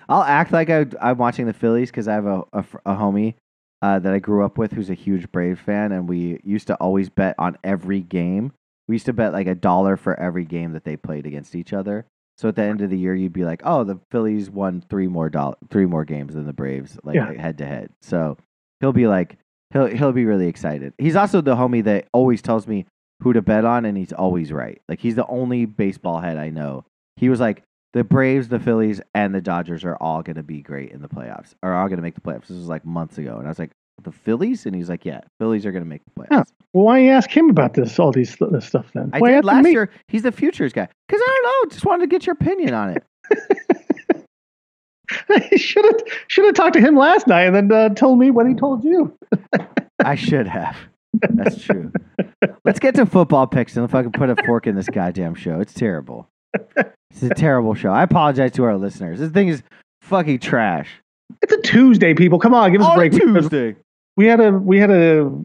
A: I'll act like I, I'm watching the Phillies because I have a, a, fr- a homie uh, that I grew up with who's a huge Brave fan, and we used to always bet on every game. We used to bet like a dollar for every game that they played against each other. So at the end of the year, you'd be like, "Oh, the Phillies won three more doll- three more games than the Braves, like
B: Yeah.
A: head to head." So he'll be like, he'll he'll be really excited. He's also the homie that always tells me who to bet on, and he's always right. Like he's the only baseball head I know. He was like, the Braves, the Phillies, and the Dodgers are all going to be great in the playoffs, are all going to make the playoffs. This was like months ago, and I was like, the Phillies, and he's like, yeah, Phillies are going to make the playoffs.
B: Yeah, well, why don't you ask him about this? All these this stuff then.
A: I
B: Why
A: did
B: ask
A: last
B: me? [LAUGHS]
A: year. He's the futures guy because I don't know. Just wanted to get your opinion on it.
B: should have should have talked to him last night and then uh, told me what he told you.
A: I should have. That's true. Let's get to football picks and if I can put a fork in this goddamn show. It's terrible. It's a terrible show. I apologize to our listeners. This thing is fucking trash.
B: It's a Tuesday, people. Come on, give us a
A: On
B: break.
A: Tuesday.
B: We had a we had to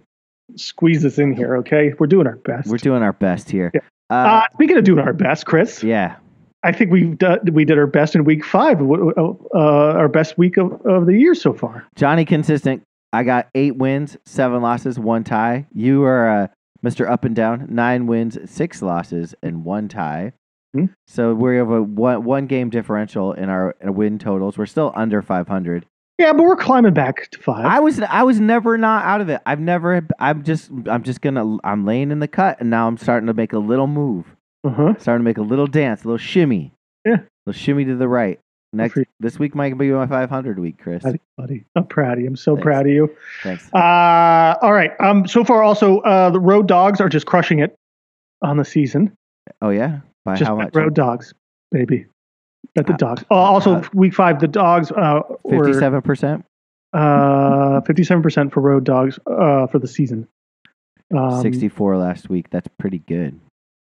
B: squeeze this in here. Okay, we're doing our best.
A: We're doing our best here.
B: Yeah.
A: Uh,
B: uh, speaking of doing our best, Chris,
A: yeah.
B: I think we've done, we did our best in week five, w- w- uh, our best week of, of the year so far.
A: Johnny consistent. I got eight wins, seven losses, one tie. You are uh, Mr. Up and Down. Nine wins, six losses, and one tie.
B: Hmm.
A: So we have a one, one game differential in our in win totals. We're still under 500.
B: Yeah, but we're climbing back to five.
A: I was I was never not out of it. I've never. I'm just I'm just gonna I'm laying in the cut, and now I'm starting to make a little move,
B: uh-huh.
A: starting to make a little dance, a little shimmy.
B: Yeah.
A: little shimmy to the right. Next
B: for you.
A: this week might be my 500 week, Chris.
B: Buddy, buddy, I'm proud of you. I'm so
A: Thanks.
B: proud of you.
A: Thanks.
B: Uh, all right. Um, so far, also uh, the road dogs are just crushing it on the season.
A: Oh yeah, by
B: just
A: how
B: bet
A: much?
B: road dogs, baby. Bet the
A: Uh,
B: dogs. Uh, also,
A: uh,
B: week five, the dogs uh, were
A: Fifty-seven percent,
B: uh, fifty-seven percent for road dogs uh, for the season. Um,
A: sixty-four last week. That's pretty good.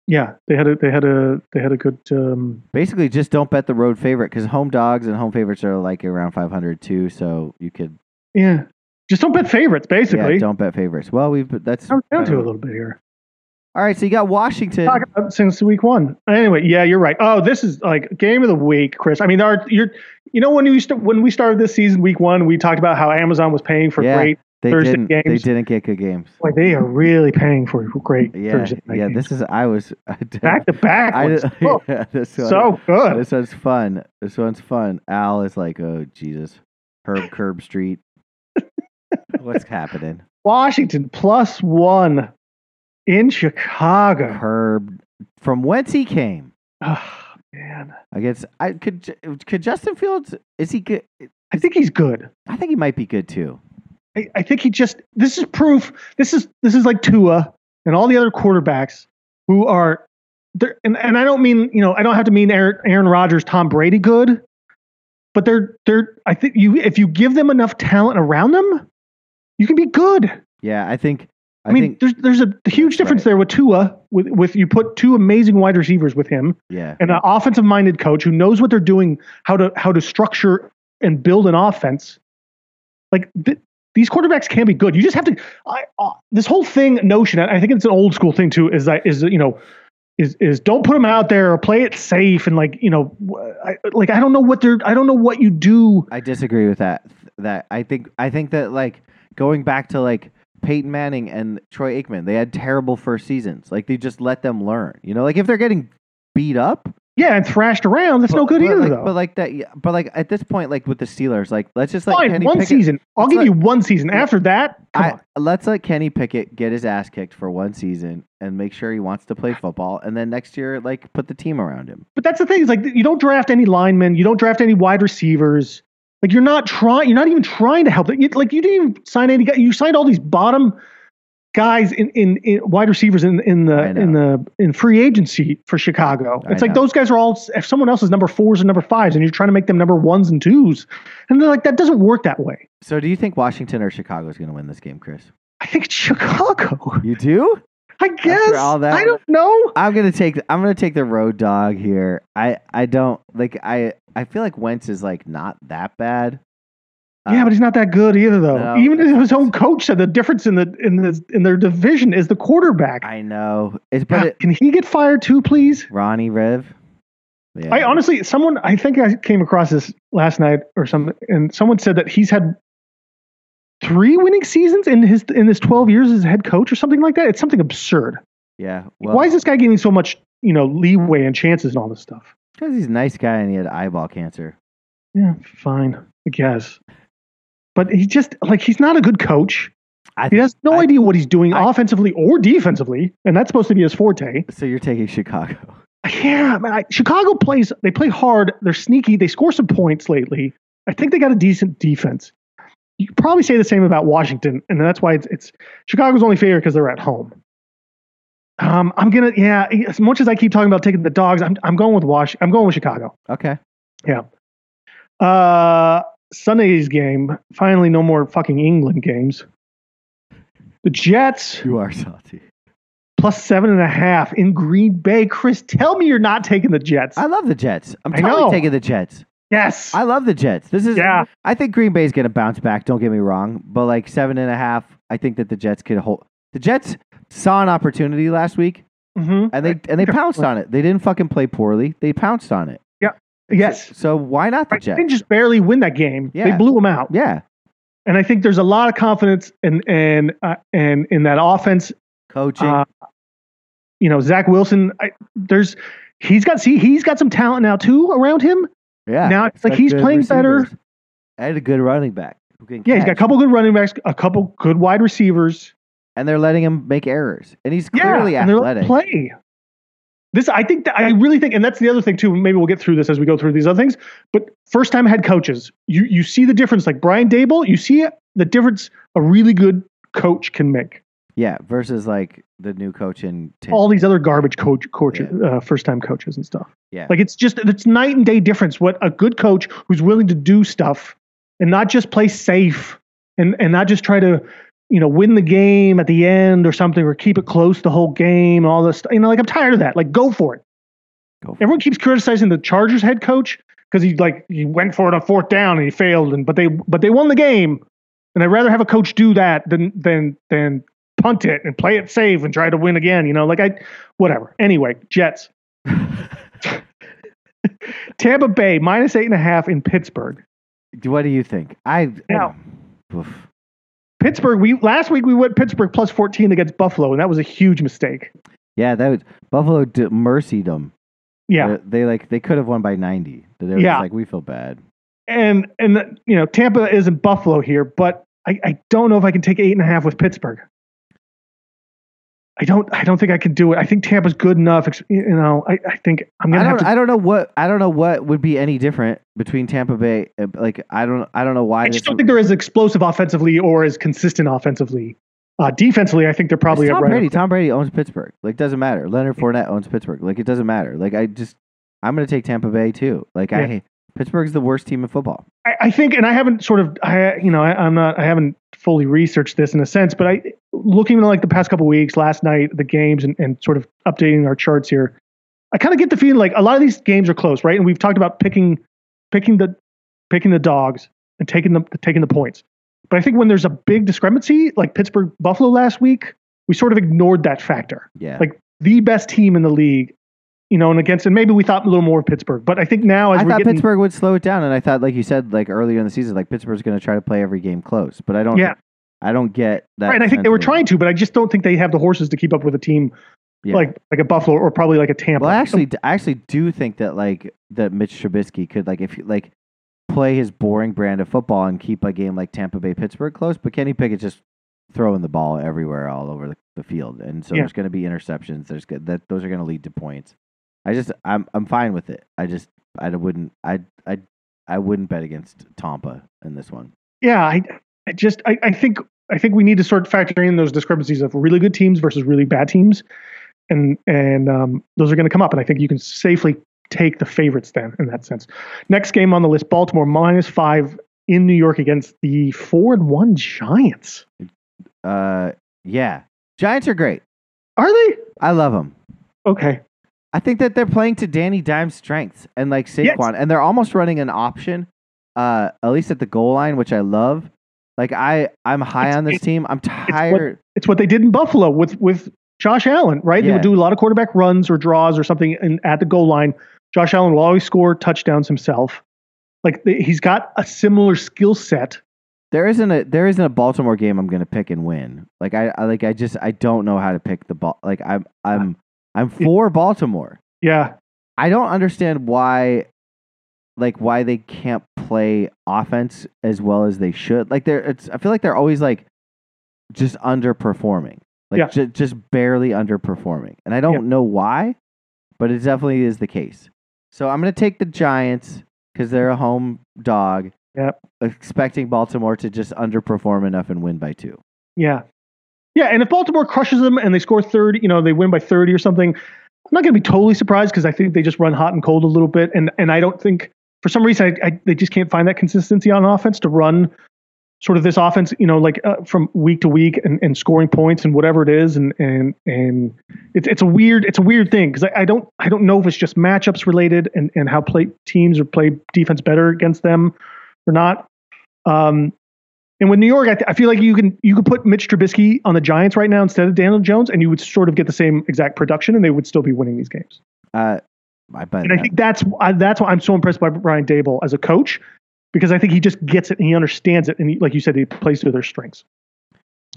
B: Yeah, they had a they had a they had a good. Um,
A: Basically, just don't bet the road favorite because home dogs and home favorites are like around five hundred too. So you could
B: yeah, just don't bet favorites. Basically,
A: yeah, don't bet favorites. Well, we've that's
B: comes down to a little bit here.
A: all right. So you got Washington.
B: Talk about since week one. Anyway, yeah, you're right. Oh, this is like game of the week, Chris. I mean, our you're you know when we st- when we started this season, week one, we talked about how Amazon was paying for
A: Yeah.
B: great.
A: They
B: Thursday
A: didn't. They
B: games.
A: didn't get good games.
B: Boy, they are really paying for great.
A: Yeah,
B: Thursday night
A: yeah.
B: games.
A: This is I was [LAUGHS]
B: back to back.
A: I
B: was
A: did- [LAUGHS]
B: so-
A: yeah, this one,
B: so good.
A: This one's fun. This one's fun. Al is like, oh Jesus, Herb Curb
B: [LAUGHS]
A: Street. What's happening?
B: Washington plus one in Chicago.
A: Herb, from whence he came.
B: Oh, man,
A: I guess I could. Ju- Could Justin Fields? Is he good?
B: I think he's good.
A: I think he might be good too.
B: I, I think he just. This is proof. This is this is like Tua and all the other quarterbacks who are. They're, and, and I don't mean you know I don't have to mean Aaron, Aaron Rodgers, Tom Brady good, but they're they're I think you if you give them enough talent around them, you can be good.
A: Yeah, I think. I,
B: I, mean,
A: think.
B: there's there's a huge
A: That's
B: difference
A: right.
B: there with Tua. With with you put two amazing wide receivers with him
A: Yeah,
B: and an offensive minded coach who knows what they're doing, how to how to structure and build an offense. Like th- these quarterbacks can be good. You just have to. I, uh, this whole thing notion, and I think it's an old school thing too. Is that is you know is is don't put them out there or play it safe and like you know wh- I, like I don't know what they're I don't know what you do.
A: I disagree with that. That I think I think that like going back to like Peyton Manning and Troy Aikman, they had terrible first seasons. Like they just let them learn. You know, like if they're getting beat up,
B: Yeah, and thrashed around. That's no
A: but-
B: good
A: but
B: either
A: like,
B: though.
A: But like that, yeah, but like at this point, like with the Steelers, like let's just like
B: Fine,
A: Kenny
B: one
A: Pickett,
B: season. I'll
A: it's
B: give
A: like-
B: you one season. After that, come
A: I,
B: on.
A: let's let Kenny Pickett get his ass kicked for one season and make sure he wants to play football, and then next year, like put the team around him.
B: But that's the thing. Is like you don't draft any linemen. You don't draft any wide receivers. Like you're not trying. You're not even trying to help. You, like you didn't even sign any. guy- You signed all these bottom guys in in, in wide receivers in in the
A: I know.
B: in the in free agency for Chicago.
A: I
B: It's like
A: know.
B: those guys are all if someone else is number fours and number fives, and you're trying to make them number ones and twos, and they're like that doesn't work that way.
A: So, do you think Washington or Chicago is going to win this game, Chris?
B: I think it's Chicago. [LAUGHS]
A: You do?
B: I guess.
A: all that-
B: I don't know.
A: I'm gonna take I'm gonna take the road dog here. I I don't like I I feel like Wentz is like not that bad. Um,
B: yeah, but he's not that good either, though.
A: no,
B: Even
A: it's-
B: his own coach said the difference in the in the in their division is the quarterback.
A: I know. It's
B: God,
A: but it,
B: can he get fired too, please?
A: Ronnie Rev. Yeah.
B: I honestly, someone I think I came across this last night or something, and someone said that he's had three winning seasons in his in his twelve years as head coach or something like that. It's something absurd.
A: yeah. Well,
B: Why is this guy getting so much you know leeway and chances and all this stuff?
A: Because he's a nice guy and he had eyeball cancer.
B: Yeah, fine, I guess. But he just like he's not a good coach.
A: I
B: He has no
A: I-
B: idea what he's doing
A: I-
B: offensively or defensively, and that's supposed to be his forte.
A: So you're taking Chicago. [LAUGHS]
B: Yeah, man, I, Chicago plays. They play hard. They're sneaky. They score some points lately. I think they got a decent defense. You could probably say the same about Washington, and that's why it's, it's Chicago's only favorite because they're at home. Um, I'm gonna yeah. As much as I keep talking about taking the dogs, I'm I'm going with Wash. I'm going with Chicago.
A: Okay.
B: Uh, Sunday's game. Finally, no more fucking England games. The Jets
A: You are salty.
B: plus seven and a half in Green Bay. Chris, tell me you're not taking the Jets.
A: I love the Jets. I'm
B: I
A: totally
B: know.
A: taking the Jets.
B: yes.
A: I love the Jets. This is
B: yeah.
A: I think Green Bay's gonna bounce back. Don't get me wrong, but like seven and a half, I think that the Jets could hold. The Jets saw an opportunity last week,
B: Mm-hmm.
A: and they and they pounced on it. They didn't fucking play poorly. They pounced on it.
B: yes,
A: So why not the
B: Right, they
A: Jets?
B: didn't just barely win that game. They
A: Yeah.
B: blew them out,
A: Yeah,
B: and I think there's a lot of confidence and and uh, and in that offense.
A: coaching.
B: Uh, you know, Zach Wilson. I, there's he's got see he's got some talent now too around him.
A: yeah.
B: now it's like
A: got
B: he's
A: good
B: playing better.
A: receivers. And a good running back. Who can
B: Yeah, he's got a
A: catch.
B: couple good running backs, a couple good wide receivers.
A: And they're letting him make errors, and he's
B: Yeah,
A: clearly
B: and they're letting
A: athletic.
B: play. This I think that, I really think, and that's the other thing too. Maybe we'll get through this as we go through these other things. But first time head coaches, you you see the difference. Like Brian Dable, you see the difference a really good coach can make.
A: yeah, versus like the new coach in. Tim.
B: all these other garbage coach, coach
A: Yeah.
B: uh, first time coaches and stuff.
A: Yeah.
B: Like it's just it's night and day difference. What a good coach who's willing to do stuff and not just play safe and and not just try to you know win the game at the end or something or keep it close the whole game all this stu- you know like I'm tired of that. Like go for it.
A: Go for
B: Everyone keeps criticizing the Chargers head coach because he like he went for it on fourth down and he failed and but they but they won the game. And I'd rather have a coach do that than than than punt it and play it safe and try to win again. You know, like I, whatever. Anyway,
A: [LAUGHS]
B: Jets, Tampa Bay minus eight and a half in Pittsburgh.
A: what do you think? I
B: Now-
A: Oof.
B: Pittsburgh. We last week we went Pittsburgh plus fourteen against Buffalo, and that was a huge mistake.
A: Yeah, that was Buffalo d- mercied them.
B: Yeah,
A: They, they, like they could have won by ninety. They were just
B: Yeah.
A: like we feel bad.
B: and and you know Tampa isn't Buffalo here, but I, I don't know if I can take eight and a half with Pittsburgh. I don't. I don't think I can do it. I think Tampa's good enough. ex- You know, I, I think I'm
A: I
B: gonna have
A: don't.
B: to.
A: I don't know what. I don't know what would be any different between Tampa Bay. and, Like I don't. I don't know why.
B: I just
A: this
B: don't
A: would-
B: think they're as explosive offensively or as consistent offensively. Uh, defensively, I think they're
A: It's
B: probably
A: Tom
B: right.
A: Brady. Tom Brady owns Pittsburgh. Like doesn't matter. Leonard Fournette owns Pittsburgh. Like it doesn't matter. Like I just. I'm gonna take Tampa Bay too. Like I. Pittsburgh's the worst team in football.
B: I, I think, and I haven't sort of, I you know, I, I'm not, I haven't fully researched this in a sense, but I looking at like the past couple weeks, last night, the games, and, and sort of updating our charts here. I kind of get the feeling like a lot of these games are close, right? And we've talked about picking, picking the, picking the dogs and taking the taking the points. But I think when there's a big discrepancy, like Pittsburgh Buffalo last week, we sort of ignored that factor.
A: Yeah.
B: Like- the best team in the league, you know, and against, and maybe we thought a little more of Pittsburgh, but I think now as
A: I
B: we're
A: thought
B: getting,
A: Pittsburgh would slow it down, and I thought, like you said, like earlier in the season, like Pittsburgh's going to try to play every game close, but I don't.
B: Yeah.
A: I don't get that.
B: right, and I think
A: sense
B: they were
A: of-
B: trying to, but I just don't think they have the horses to keep up with a team
A: Yeah.
B: like like a Buffalo or probably like a Tampa.
A: Well, I actually, I actually do think that like that Mitch Trubisky could like if you like play his boring brand of football and keep a game like Tampa Bay Pittsburgh close, but Kenny Pickett's just throwing the ball everywhere all over the, the field, and so
B: Yeah.
A: there's going to be interceptions. There's go- that those are going to lead to points. I just I'm I'm fine with it. I just I wouldn't I I I wouldn't bet against Tampa in this one.
B: yeah, I, I just I, I think I think we need to start factoring in those discrepancies of really good teams versus really bad teams, and and um, those are going to come up, and I think you can safely take the favorites then in that sense. Next game on the list: Baltimore minus five in New York against the four and one Giants.
A: Uh, yeah, Giants are great.
B: Are they
A: I love them.
B: okay?
A: I think that they're playing to Danny Dime's strengths and like Saquon,
B: Yes.
A: and they're almost running an option, uh, at least at the goal line, which I love. Like I, I'm high
B: It's-
A: on this
B: it's-
A: team. I'm tired.
B: It's what they did in Buffalo with with Josh Allen, right? They
A: Yeah.
B: would do a lot of quarterback runs or draws or something in, at the goal line. Josh Allen will always score touchdowns himself. Like they, he's got a similar skill set.
A: There isn't a there isn't a Baltimore game I'm gonna pick and win. Like I, I like I just I don't know how to pick the ball. Like I'm I'm I'm for Baltimore.
B: Yeah,
A: I don't understand why, like why they can't play offense as well as they should. Like they're, it's, I feel like they're always like just underperforming, like
B: Yeah.
A: ju- just barely underperforming, and I don't
B: Yeah.
A: know why, but it definitely is the case. So I'm gonna take the Giants because they're a home dog.
B: Yep.
A: Expecting Baltimore to just underperform enough and win by two.
B: Yeah. Yeah. And if Baltimore crushes them and they score 30, you know, they win by 30 or something, I'm not going to be totally surprised because I think they just run hot and cold a little bit. And, and I don't think, for some reason, I, I, they just can't find that consistency on offense to run sort of this offense, you know, like uh, from week to week and, and scoring points and whatever it is. And, and, and it's, it's a weird, it's a weird thing because I, I don't, I don't know if it's just matchups related and, and how play teams or play defense better against them or not. Um, and with New York, I, th- I feel like you can you could put Mitch Trubisky on the Giants right now instead of Daniel Jones, and you would sort of get the same exact production, and they would still be winning these games.
A: Uh, I bet.
B: And I
A: that.
B: think that's I, that's why I'm so impressed by Brian Dable as a coach, because I think he just gets it and he understands it, and he, like you said, he plays to their strengths.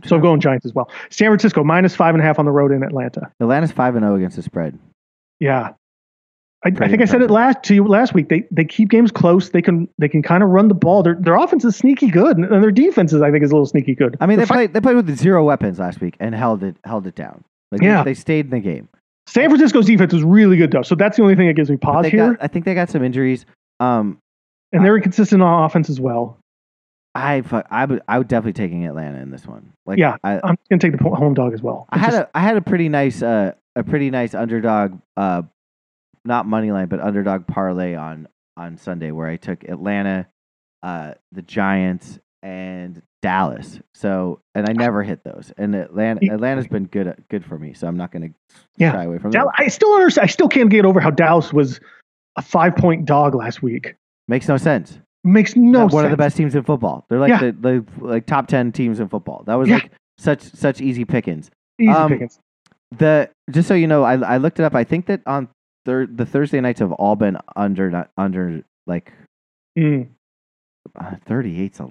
B: So I'm going Giants as well. San Francisco minus five and a half on the road in Atlanta.
A: Atlanta's five and zero against the spread.
B: Yeah, I, I
A: Pretty
B: think I
A: impressive.
B: said it last to you last week. They they keep games close. They can they can kind of run the ball. Their their offense is sneaky good, and and their defense is I think is a little sneaky good.
A: I mean,
B: They're
A: they played they played with zero weapons last week and held it held it down. Like they-
B: Yeah.
A: they, stayed in the game.
B: San Francisco's defense is really good though, so that's the only thing that gives me
A: But
B: pause
A: they
B: here.
A: got, I think they got some injuries. Um,
B: and they're consistent on offense as well.
A: I fu- I would I would definitely taking Atlanta in this one. Like
B: Yeah.
A: I,
B: I'm gonna take the po- home dog as well.
A: I
B: It's
A: had
B: just-
A: a I had a pretty nice uh a pretty nice underdog uh not money line but underdog parlay on on Sunday where I took Atlanta, uh the Giants and Dallas. So and I never hit those. And Atlanta
B: You-
A: Atlanta's been good good for me. So I'm not going to
B: Yeah.
A: shy away from that.
B: Dal- I still understand. I still can't get over how Dallas was a five point dog last week.
A: Makes no sense.
B: Makes no
A: no,
B: sense.
A: one of the best teams in football. They're like
B: Yeah.
A: the, the like top ten teams in football. That was
B: Yeah.
A: like such such easy pickings.
B: Easy
A: um,
B: pickings.
A: The just so you know, I I looked it up. I think that on thir- the Thursday nights have all been under under like
B: Mm.
A: uh, thirty eight's a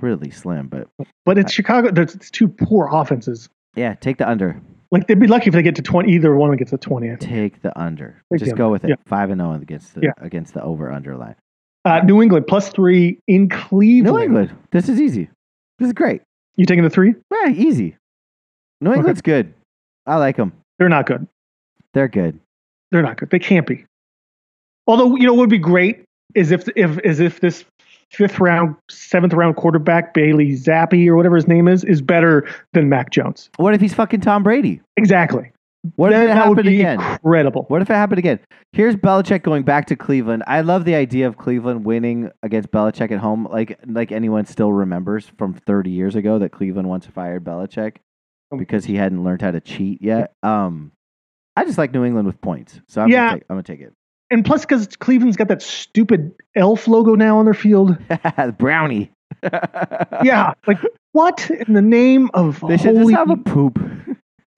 A: really slim, but
B: But it's Chicago. There's it's two poor offenses.
A: yeah, take the under,
B: Like they'd be lucky if they get to twenty. Either one gets to twenty. I think.
A: take the under.
B: Take the
A: just go with it.
B: Yeah.
A: Five and zero against the
B: Yeah.
A: against the over under line.
B: Uh, New England plus three in Cleveland.
A: New England, this is easy. This is great.
B: You taking the three?
A: Yeah, easy. New
B: Okay.
A: England's good. I like them.
B: They're not good.
A: They're good.
B: They're not good. They can't be. Although you know what would be great is if if is if this fifth round, seventh round quarterback Bailey Zappi or whatever his name is is better than Mac Jones.
A: What if he's fucking Tom Brady?
B: Exactly.
A: What if
B: Then
A: it
B: that would
A: happened
B: be
A: again?
B: Incredible.
A: What if it happened again? Here's Belichick going back to Cleveland. I love the idea of Cleveland winning against Belichick at home, like like anyone still remembers from 30 years ago that Cleveland once fired Belichick
B: Um,
A: because he hadn't learned how to cheat yet. Um, I just like New England with points, so I'm
B: Yeah.
A: gonna take, I'm gonna take
B: And plus, because Cleveland's got that stupid elf logo now on their
A: [LAUGHS]
B: field.
A: it. Brownie.
B: Yeah. like what in the name of
A: [LAUGHS] they should
B: holy?
A: just have a poop.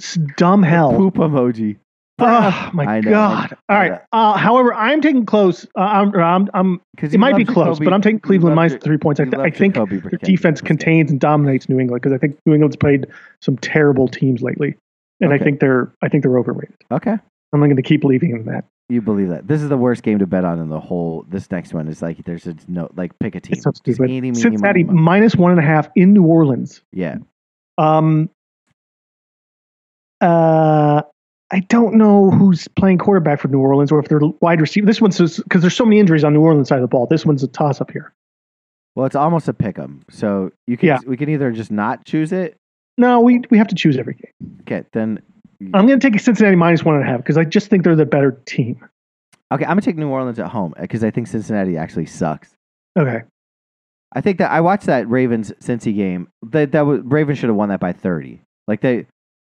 B: It's dumb hell.
A: Poop emoji.
B: Oh my
A: I know.
B: god!
A: I
B: All
A: know.
B: right. Uh, however, I'm taking close. Uh, I'm, I'm, I'm.
A: Because
B: It might be close, but I'm taking Cleveland minus three points. I,
A: you
B: th- I
A: love
B: think
A: Jacoby
B: their
A: Brissett.
B: defense contains and dominates New England because I think New England's played some terrible teams lately, and
A: Okay.
B: I think they're I think they're overrated.
A: Okay,
B: I'm going to keep believing in that.
A: you believe that this is the worst game to bet on in the whole. This next one is like there's a no like pick a team.
B: It's so
A: Just
B: stupid.
A: eeny, meeny,
B: Cincinnati
A: miny, moe.
B: minus one and a half in New Orleans.
A: Yeah,
B: Um, uh, I don't know who's playing quarterback for New Orleans or if they're wide receiver. This one's because there's so many injuries on New Orleans side of the ball. This one's a toss up here.
A: well, it's almost a pick 'em, so you can
B: Yeah.
A: we can either just not choose it.
B: No, we we have to choose every game.
A: Okay, then
B: I'm going to take Cincinnati minus one and a half because I just think they're the better team.
A: okay, I'm gonna take New Orleans at home because I think Cincinnati actually sucks.
B: Okay,
A: I think that I watched that Ravens Cincy game. That that was, Ravens should have won that by thirty. Like they,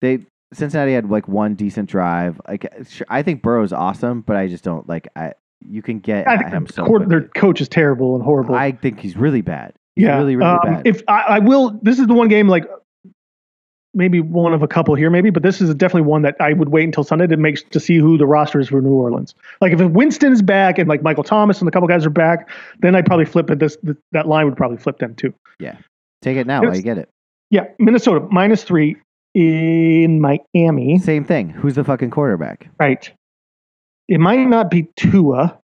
A: they Cincinnati had like one decent drive. Like sure, I think Burrow's awesome, but I just don't like I. You can get
B: I
A: at
B: think
A: him
B: their,
A: so
B: quarter, their
A: quickly.
B: coach is terrible and horrible.
A: I think he's really bad. He's really really
B: um,
A: bad.
B: If I, I will, this is the one game like maybe one of a couple here, maybe, but this is definitely one that I would wait until Sunday to make to see who the roster is for New Orleans. Like if Winston is back and like Michael Thomas and a couple guys are back, then I'd probably flip it. This th- that line would probably flip them too.
A: Take it now
B: it
A: while
B: was-
A: you get it.
B: Yeah, Minnesota minus three in Miami.
A: Same thing. Who's the fucking quarterback?
B: Right. It might not be Tua.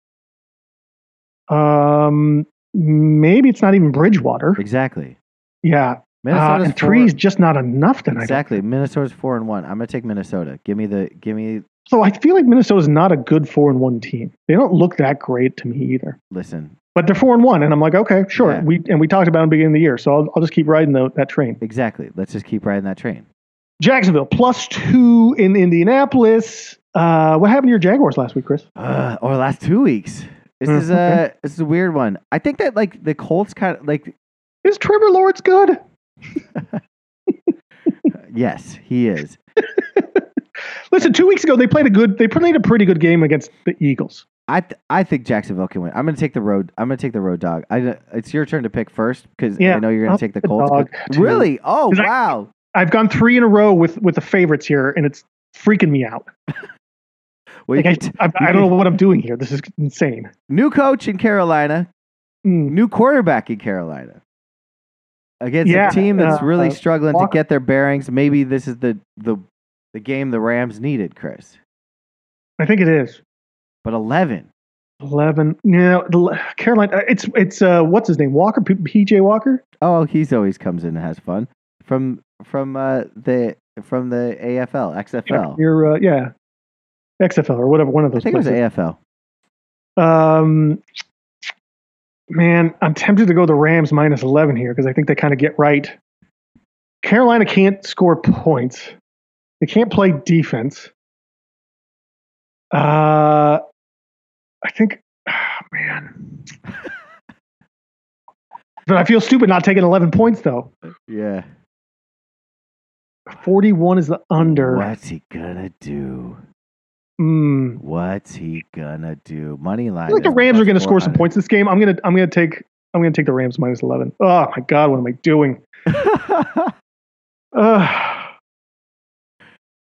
B: Um, maybe it's not even Bridgewater.
A: Exactly.
B: Yeah,
A: Minnesota's
B: uh, and
A: four-
B: three's just not enough tonight.
A: Exactly. Minnesota's four and one. I'm gonna take Minnesota. Give me the give me
B: So I feel like Minnesota's not a good four and one team. They don't look that great to me either.
A: listen.
B: But they're four and one, and I'm like, okay, sure.
A: Yeah.
B: We and we talked about it at the beginning of the year, so I'll, I'll just keep riding tho- that train.
A: Exactly. Let's just keep riding that train.
B: Jacksonville plus two in Indianapolis. Uh, what happened to your Jaguars last week, Chris?
A: Uh, or last two weeks. This
B: Mm,
A: is a
B: okay.
A: this is a weird one. I think that like the Colts kind of like
B: Is Trevor Lawrence good?
A: yes he is
B: Listen, two weeks ago they played a good. They played a pretty good game against the Eagles.
A: I th- I think Jacksonville can win. I'm gonna take the road. I'm gonna take the road dog. I it's your turn to pick first because I
B: Yeah,
A: know you're gonna
B: I'll
A: take the
B: the
A: Colts.
B: dog,
A: 'cause-
B: too.
A: Really? Oh
B: 'Cause I-
A: wow!
B: I've gone three in a row with with the favorites here, and it's freaking me out.
A: well, you
B: Like, I,
A: can t-
B: I,
A: you
B: I don't know what I'm doing here. This is insane.
A: new coach in Carolina,
B: Mm.
A: new quarterback in Carolina against
B: Yeah,
A: a team that's
B: uh,
A: really
B: uh,
A: struggling to
B: Walker.
A: get their bearings. Maybe this is the the the game the Rams needed, Chris.
B: I think it is.
A: But eleven.
B: 11 no the- carolina uh, it's it's uh what's his name walker P- pj walker
A: Oh, he's always comes in and has fun from from uh, the from the AFL XFL.
B: you're uh, yeah xfl or whatever one of
A: Oh. I
B: those
A: think it was
B: places.
A: AFL.
B: um man i'm tempted to go the rams minus 11 here because i think they kind of get right carolina can't score points they can't play defense uh i think ah,
A: [LAUGHS]
B: man but i feel stupid not taking 11 points though
A: Yeah.
B: 41 is the under.
A: What's he gonna do?
B: Mm.
A: What's he gonna do? Money
B: I
A: line.
B: feel like the
A: is
B: Rams are
A: plus
B: going to score some
A: 400.
B: points this game. I'm going to I'm going to take I'm going to take the Rams minus 11. Oh my god, what am I doing? Ugh.
A: [LAUGHS]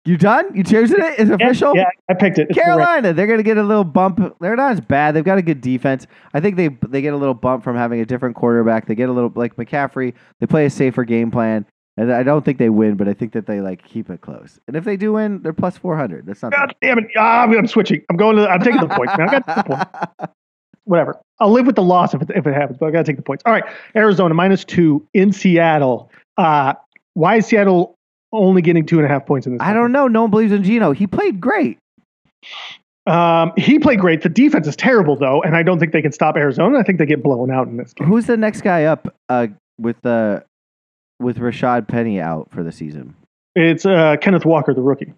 A: you done? You choosing it? It's official.
B: Yeah, I picked [LAUGHS] it. It's the Rams.
A: Carolina, they're going to get a little bump. They're not as bad. They've got a good defense. I think they they get a little bump from having a different quarterback. They get a little like McCaffrey. They play a safer game plan, and I don't think they win, but I think that they like keep it close. And if they do win, they're plus four hundred. That's not
B: God damn it. Ah, I'm, I'm switching. I'm going to I'm taking the points. Man. I got the points.
A: bad. [LAUGHS]
B: Whatever. I'll live with the loss if it, if it happens, but I got to take the points. All right. Arizona minus 2 in Seattle. Uh why is Seattle only getting two and a half points in this?
A: I don't know. No one believes in Gino. He played great.
B: Um, he played great. The defense is terrible though, and I don't think they can stop Arizona. I think they get blown out in this game.
A: Who's the next guy up uh, with uh, with Rashad Penny out for the season?
B: It's uh, Kenneth Walker, the rookie,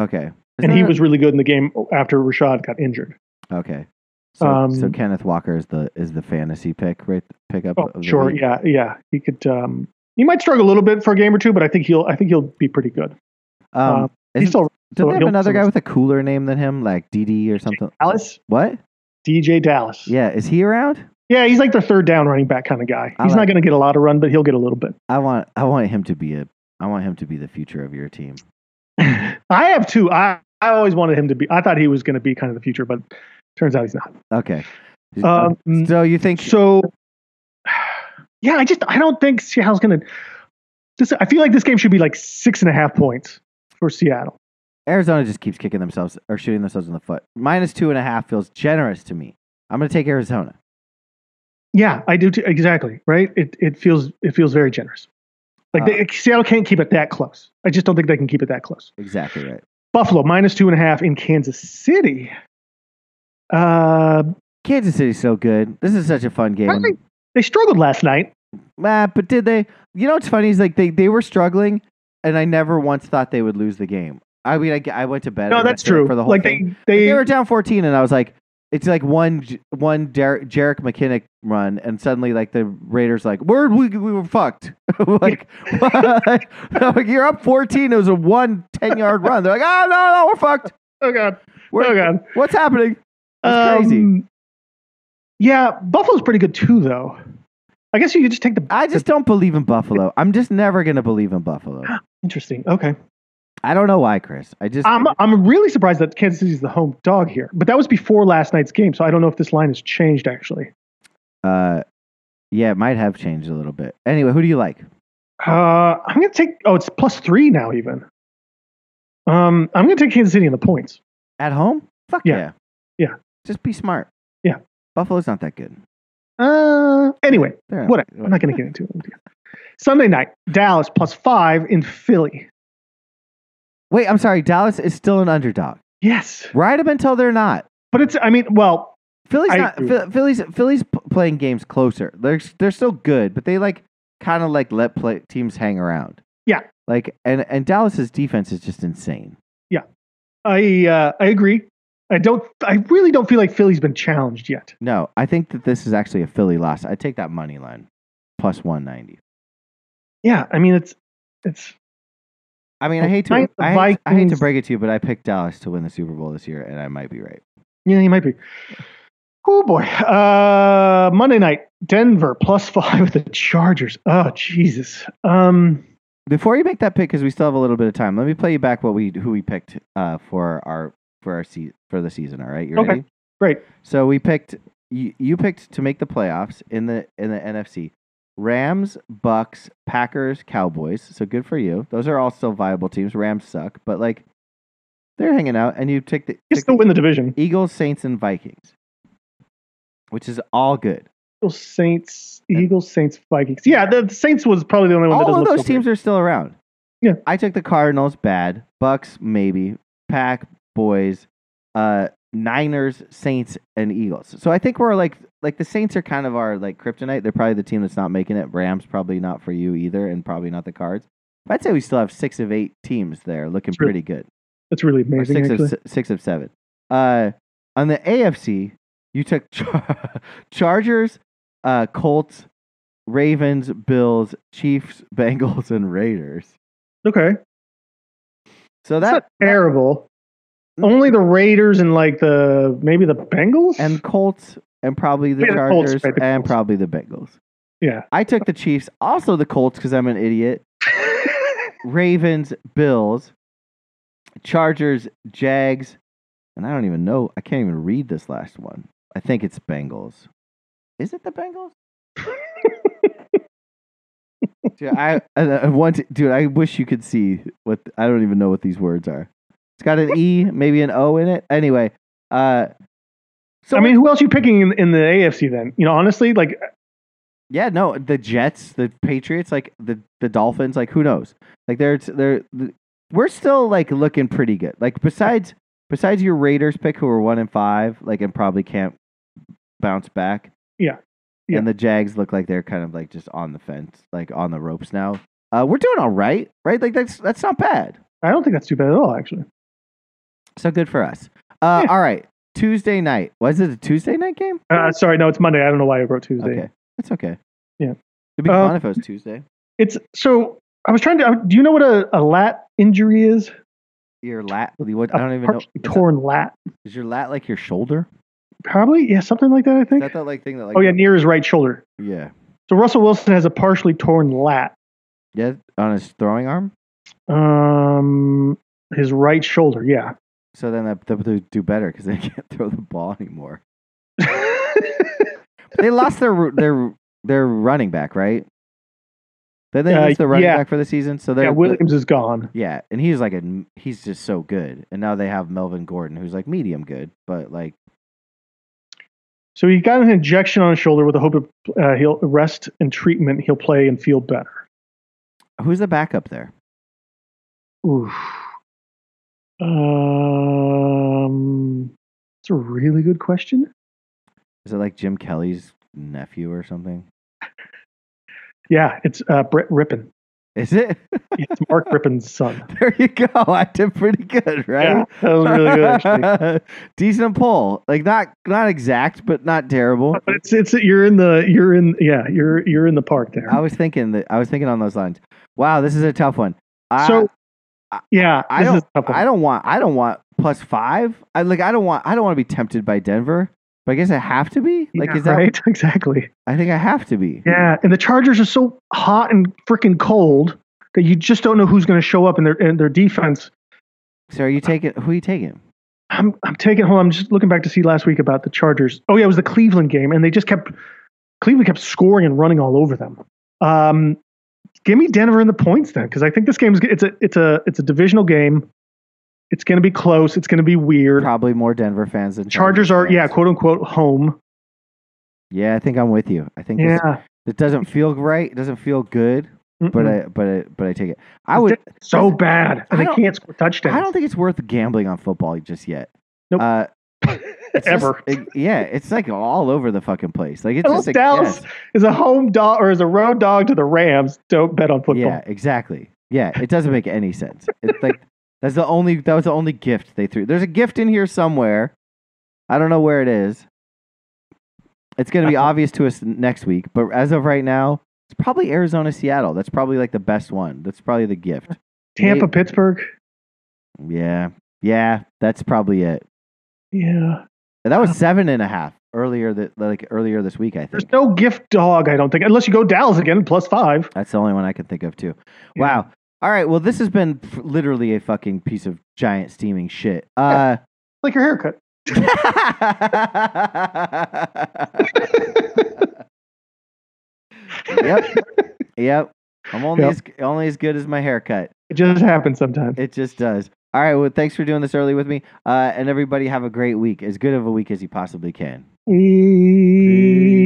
A: Okay, Is
B: and he
A: that-
B: was really good in the game after Rashad got injured.
A: okay. So,
B: um,
A: so Kenneth Walker is the is the fantasy pick right pickup.
B: Oh,
A: of the
B: sure,
A: week?
B: yeah, yeah, he could. Um, he might struggle a little bit for a game or two, but I think he'll. I think he'll be pretty good.
A: Um,
B: Um,
A: is-
B: He's still
A: don't they have
B: he'll-
A: another guy
B: so-
A: with a cooler name than him, like DD or something?
B: Dallas,
A: What?
B: DJ Dallas.
A: Yeah, is he around?
B: yeah, he's like the third down running back kind of guy.
A: I
B: He's
A: like-
B: not going to get
A: [LAUGHS]
B: a lot of run, but he'll get a little bit.
A: I want I want him to be a I want him to be the future of your team.
B: I have two. I, I always wanted him to be. I thought he was going to be kind of the future, but turns out he's not.
A: Okay. uh,
B: Um,
A: so you think
B: So, [SIGHS] yeah, I just I don't think Seattle's going to. This I feel like this game should be like six and a half points for Seattle.
A: Arizona just keeps kicking themselves or shooting themselves in the foot? Minus two and a half feels generous to me. I'm going to take Arizona.
B: Yeah, I do too. Exactly. Right. It it feels it feels very generous. Like
A: Uh.
B: they, Seattle can't keep it that close. I just don't think they can keep it that close.
A: Exactly right.
B: Buffalo minus two and a half in Kansas City. Uh,
A: Kansas City's so good. This is such a fun game.
B: I- they struggled last night.
A: Ah, but did they? You know what's funny is like they, they were struggling, and I never once thought they would lose the game. I mean, I, g- I went to bed.
B: No,
A: and I
B: that's
A: stayed up
B: true.
A: For the whole
B: like
A: thing.
B: they,
A: Like,
B: they,
A: they were down 14, and I was like, it's like one J- one Der- Jarek McKinnick run, and suddenly like the Raiders like we're we, we were fucked. [LAUGHS] like, [LAUGHS] what? Like, you're up 14. It was a one 10 yard run. They're like, oh no no we're fucked.
B: oh god,
A: We're,
B: oh god,
A: What's happening? That's crazy.
B: Um, Yeah, Buffalo's pretty good too, though. I guess you could just take the
A: I just don't believe in Buffalo. I'm just never gonna believe in Buffalo.
B: interesting. Okay,
A: I don't know why, Chris. I just
B: I'm I'm really surprised that Kansas City's the home dog here, but that was before last night's game, so I don't know if this line has changed actually.
A: uh, yeah, it might have changed a little bit. Anyway, who do you like?
B: Uh, I'm gonna take. Oh, it's plus three now even. Um, I'm gonna take Kansas City in the points.
A: At home? Fuck
B: Yeah.
A: yeah.
B: Yeah.
A: Just be smart.
B: Yeah.
A: Buffalo's not that good.
B: Uh, anyway,
A: They're not-
B: whatever. I'm not gonna get into it. Sunday night, Dallas plus five in Philly.
A: Wait, I'm sorry. Dallas is still an underdog.
B: Yes,
A: Ride them until they're not.
B: but it's. I mean, well,
A: Philly's
B: I
A: not.
B: agree.
A: Phil- Philly's Philly's p- playing games closer. They're they're still good, but they like kind of like let play teams hang around.
B: Yeah.
A: Like and and Dallas's defense is just insane.
B: I uh, I agree. I don't. I really don't feel like Philly's been challenged yet.
A: No, I think that this is actually a Philly loss. I take that money line, plus one ninety.
B: Yeah, I mean it's it's
A: I mean, I
B: Well,
A: hate to
B: tonight the
A: I hate, I hate to
B: Vikings-
A: break it to you, but I picked Dallas to win the Super Bowl this year, and I might be right.
B: yeah you might be. Oh boy, uh, Monday night Denver plus five with the Chargers. Oh Jesus. Um,
A: Before you make that pick, because we still have a little bit of time, let me play you back what we who we picked uh, for our for our se- for the season. All right, you
B: Okay,
A: ready?
B: great.
A: So we picked you, you picked to make the playoffs in the in the NFC. Rams, Bucks, Packers, Cowboys. So good for you. Those are all still viable teams. Rams suck, but like they're hanging out, and you take the
B: you
A: pick
B: still win the division.
A: Eagles, Saints, and Vikings, which is all good.
B: Eagles, Saints, Eagles, Saints, Vikings. Yeah, the, the Saints was probably the only one that
A: All
B: doesn't
A: of
B: look
A: those
B: so
A: teams
B: great.
A: are still around.
B: Yeah.
A: I took the Cardinals, bad. Bucks, maybe. Pack, boys, uh, Niners, Saints, and Eagles. So I think we're like like the Saints are kind of our like kryptonite. They're probably the team that's not making it. Rams probably not for you either, and probably not the Cards. But I'd say we still have six of eight teams there looking
B: True.
A: pretty good.
B: That's really
A: Or
B: amazing.
A: six
B: actually.
A: of, se- six of seven. Uh, on the AFC, you took Char- [LAUGHS] Chargers, uh, Colts, Ravens, Bills, Chiefs, [LAUGHS] Bengals, and Raiders.
B: okay,
A: So that
B: that's
A: Hmm.
B: not terrible. Only the Raiders and like the maybe the Bengals [LAUGHS]
A: and Colts and probably the
B: Yeah, the Colts,
A: Chargers
B: right, the
A: and
B: Colts.
A: probably the Bengals.
B: yeah.
A: I took the Chiefs, also the Colts because I'm an idiot. Ravens, Bills, Chargers, Jags, and I don't even know. I can't even read this last one. I think it's Bengals. Is it the
B: [LAUGHS]
A: Bengals? dude, I, I, I want to- dude, I wish you could see what I don't even know what these words are. It's got an E, maybe an O in it. Anyway, uh, so
B: I mean, who else are you picking in, in the AFC then? You know, honestly, like
A: Yeah, no, the Jets, the Patriots, like the the Dolphins, like who knows? Like they're they're th- we're still like looking pretty good. Like besides besides your Raiders pick, who are one and five, like and probably can't bounce back.
B: Yeah. Yeah.
A: And the Jags look like they're kind of like just on the fence, like on the ropes now. Uh, we're doing all right, right? Like that's that's not bad.
B: I don't think that's too bad at all, actually.
A: So good for us. Uh,
B: Yeah.
A: All right, Tuesday night was it a Tuesday night game?
B: Uh, sorry, no, it's Monday. I don't know why I wrote Tuesday.
A: okay, that's okay.
B: Yeah.
A: it'd be
B: Uh,
A: fun if it was Tuesday.
B: It's so I was trying to. uh, Do you know what a, a lat injury is?
A: Your lat, what, I don't even know.
B: Partially torn lat,
A: Is your lat like your shoulder?
B: probably. Yeah, something like that. I
A: Is
B: think.
A: that that like thing that like?
B: oh yeah, near his right shoulder.
A: yeah,
B: So Russell Wilson has a partially torn lat.
A: yeah, on his throwing arm.
B: Um, his right
A: [LAUGHS]
B: shoulder. Yeah.
A: So then that, that would do better because they [LAUGHS] can't throw the ball anymore. They lost their their their running back, right? Then they
B: Uh,
A: lost the running
B: yeah.
A: back for the season. So they're
B: yeah. Williams is gone.
A: yeah, and he's like a he's just so good. And now they have Melvin Gordon, who's like medium good, but like
B: So he got an injection on his shoulder with the hope of uh, he'll rest and treatment. He'll play and feel better.
A: who's the backup there?
B: Oof. Um, it's a really good question.
A: Is it like Jim Kelly's nephew or something?
B: Yeah, it's uh, Brett Rippin.
A: Is it? [LAUGHS]
B: It's Mark Rippin's son.
A: there you go. I did pretty good,
B: Yeah,
A: right?
B: that was [LAUGHS] really good.
A: [LAUGHS]
B: Actually.
A: Decent poll. Like not not exact, but not terrible.
B: But it's it's you're in the you're in yeah you're you're in the park there.
A: I was thinking that I was thinking on those lines. Wow, this is a tough one. I,
B: so yeah,
A: I
B: this
A: don't-
B: is a tough one.
A: I don't want I don't want plus five. I like I don't want I don't want to be tempted by Denver, but I guess I have to be. Like
B: Yeah,
A: is that
B: right? [LAUGHS] Exactly.
A: I think I have to be.
B: Yeah, and the Chargers are so hot and freaking cold that you just don't know who's going to show up in their in their defense.
A: So are you taking who are you taking?
B: I'm I'm taking hold. on, I'm just looking back to see last week about the Chargers. Oh yeah, it was the Cleveland game, and they just kept Cleveland kept scoring and running all over them. Um, give me Denver in the points then, because I think this game is it's a it's a it's a divisional game. It's going to be close. It's going to be weird.
A: Probably more Denver fans than
B: Chargers are yeah,
A: fans.
B: quote unquote home.
A: Yeah, I think I'm with you. I think this,
B: Yeah,
A: it doesn't feel right. It doesn't feel good, but
B: Mm-mm.
A: I but I, but I take it. I would.
B: so bad, and
A: I
B: they
A: don't-
B: can't score touchdowns.
A: I don't think it's worth gambling on football just yet.
B: Nope. [LAUGHS]
A: Uh, it's just-
B: Ever.
A: it- yeah, it's like all over the fucking place. Like it's
B: Well,
A: just a
B: Dallas
A: guess.
B: is a home dog or is a road dog to the Rams. Don't bet on football.
A: Yeah, exactly. Yeah, it doesn't make any sense. It's like that's the only that was the only gift they threw. There's a gift in here somewhere. I don't know where it is. It's going to be
B: Uh-huh.
A: obvious to us next week, but as of right now, it's probably Arizona Seattle. That's probably like the best one. That's probably the gift.
B: Tampa, Pittsburgh.
A: Yeah, yeah, that's probably it.
B: Yeah.
A: And that was seven and a half earlier that like earlier this week. I think
B: There's no gift dog, I don't think, unless you go Dallas again, plus five.
A: That's the only one I can think of too.
B: Yeah.
A: Wow. All right. Well, this has been f- literally a fucking piece of giant steaming shit. Uh,
B: [LAUGHS] Like your haircut.
A: yep. Yep. I'm only
B: Yep.
A: as only as good as my haircut.
B: It just happens sometimes.
A: It just does. All right. Well, thanks for doing this early with me. Uh, and everybody have a great week, as good of a week as you possibly can.
B: Peace.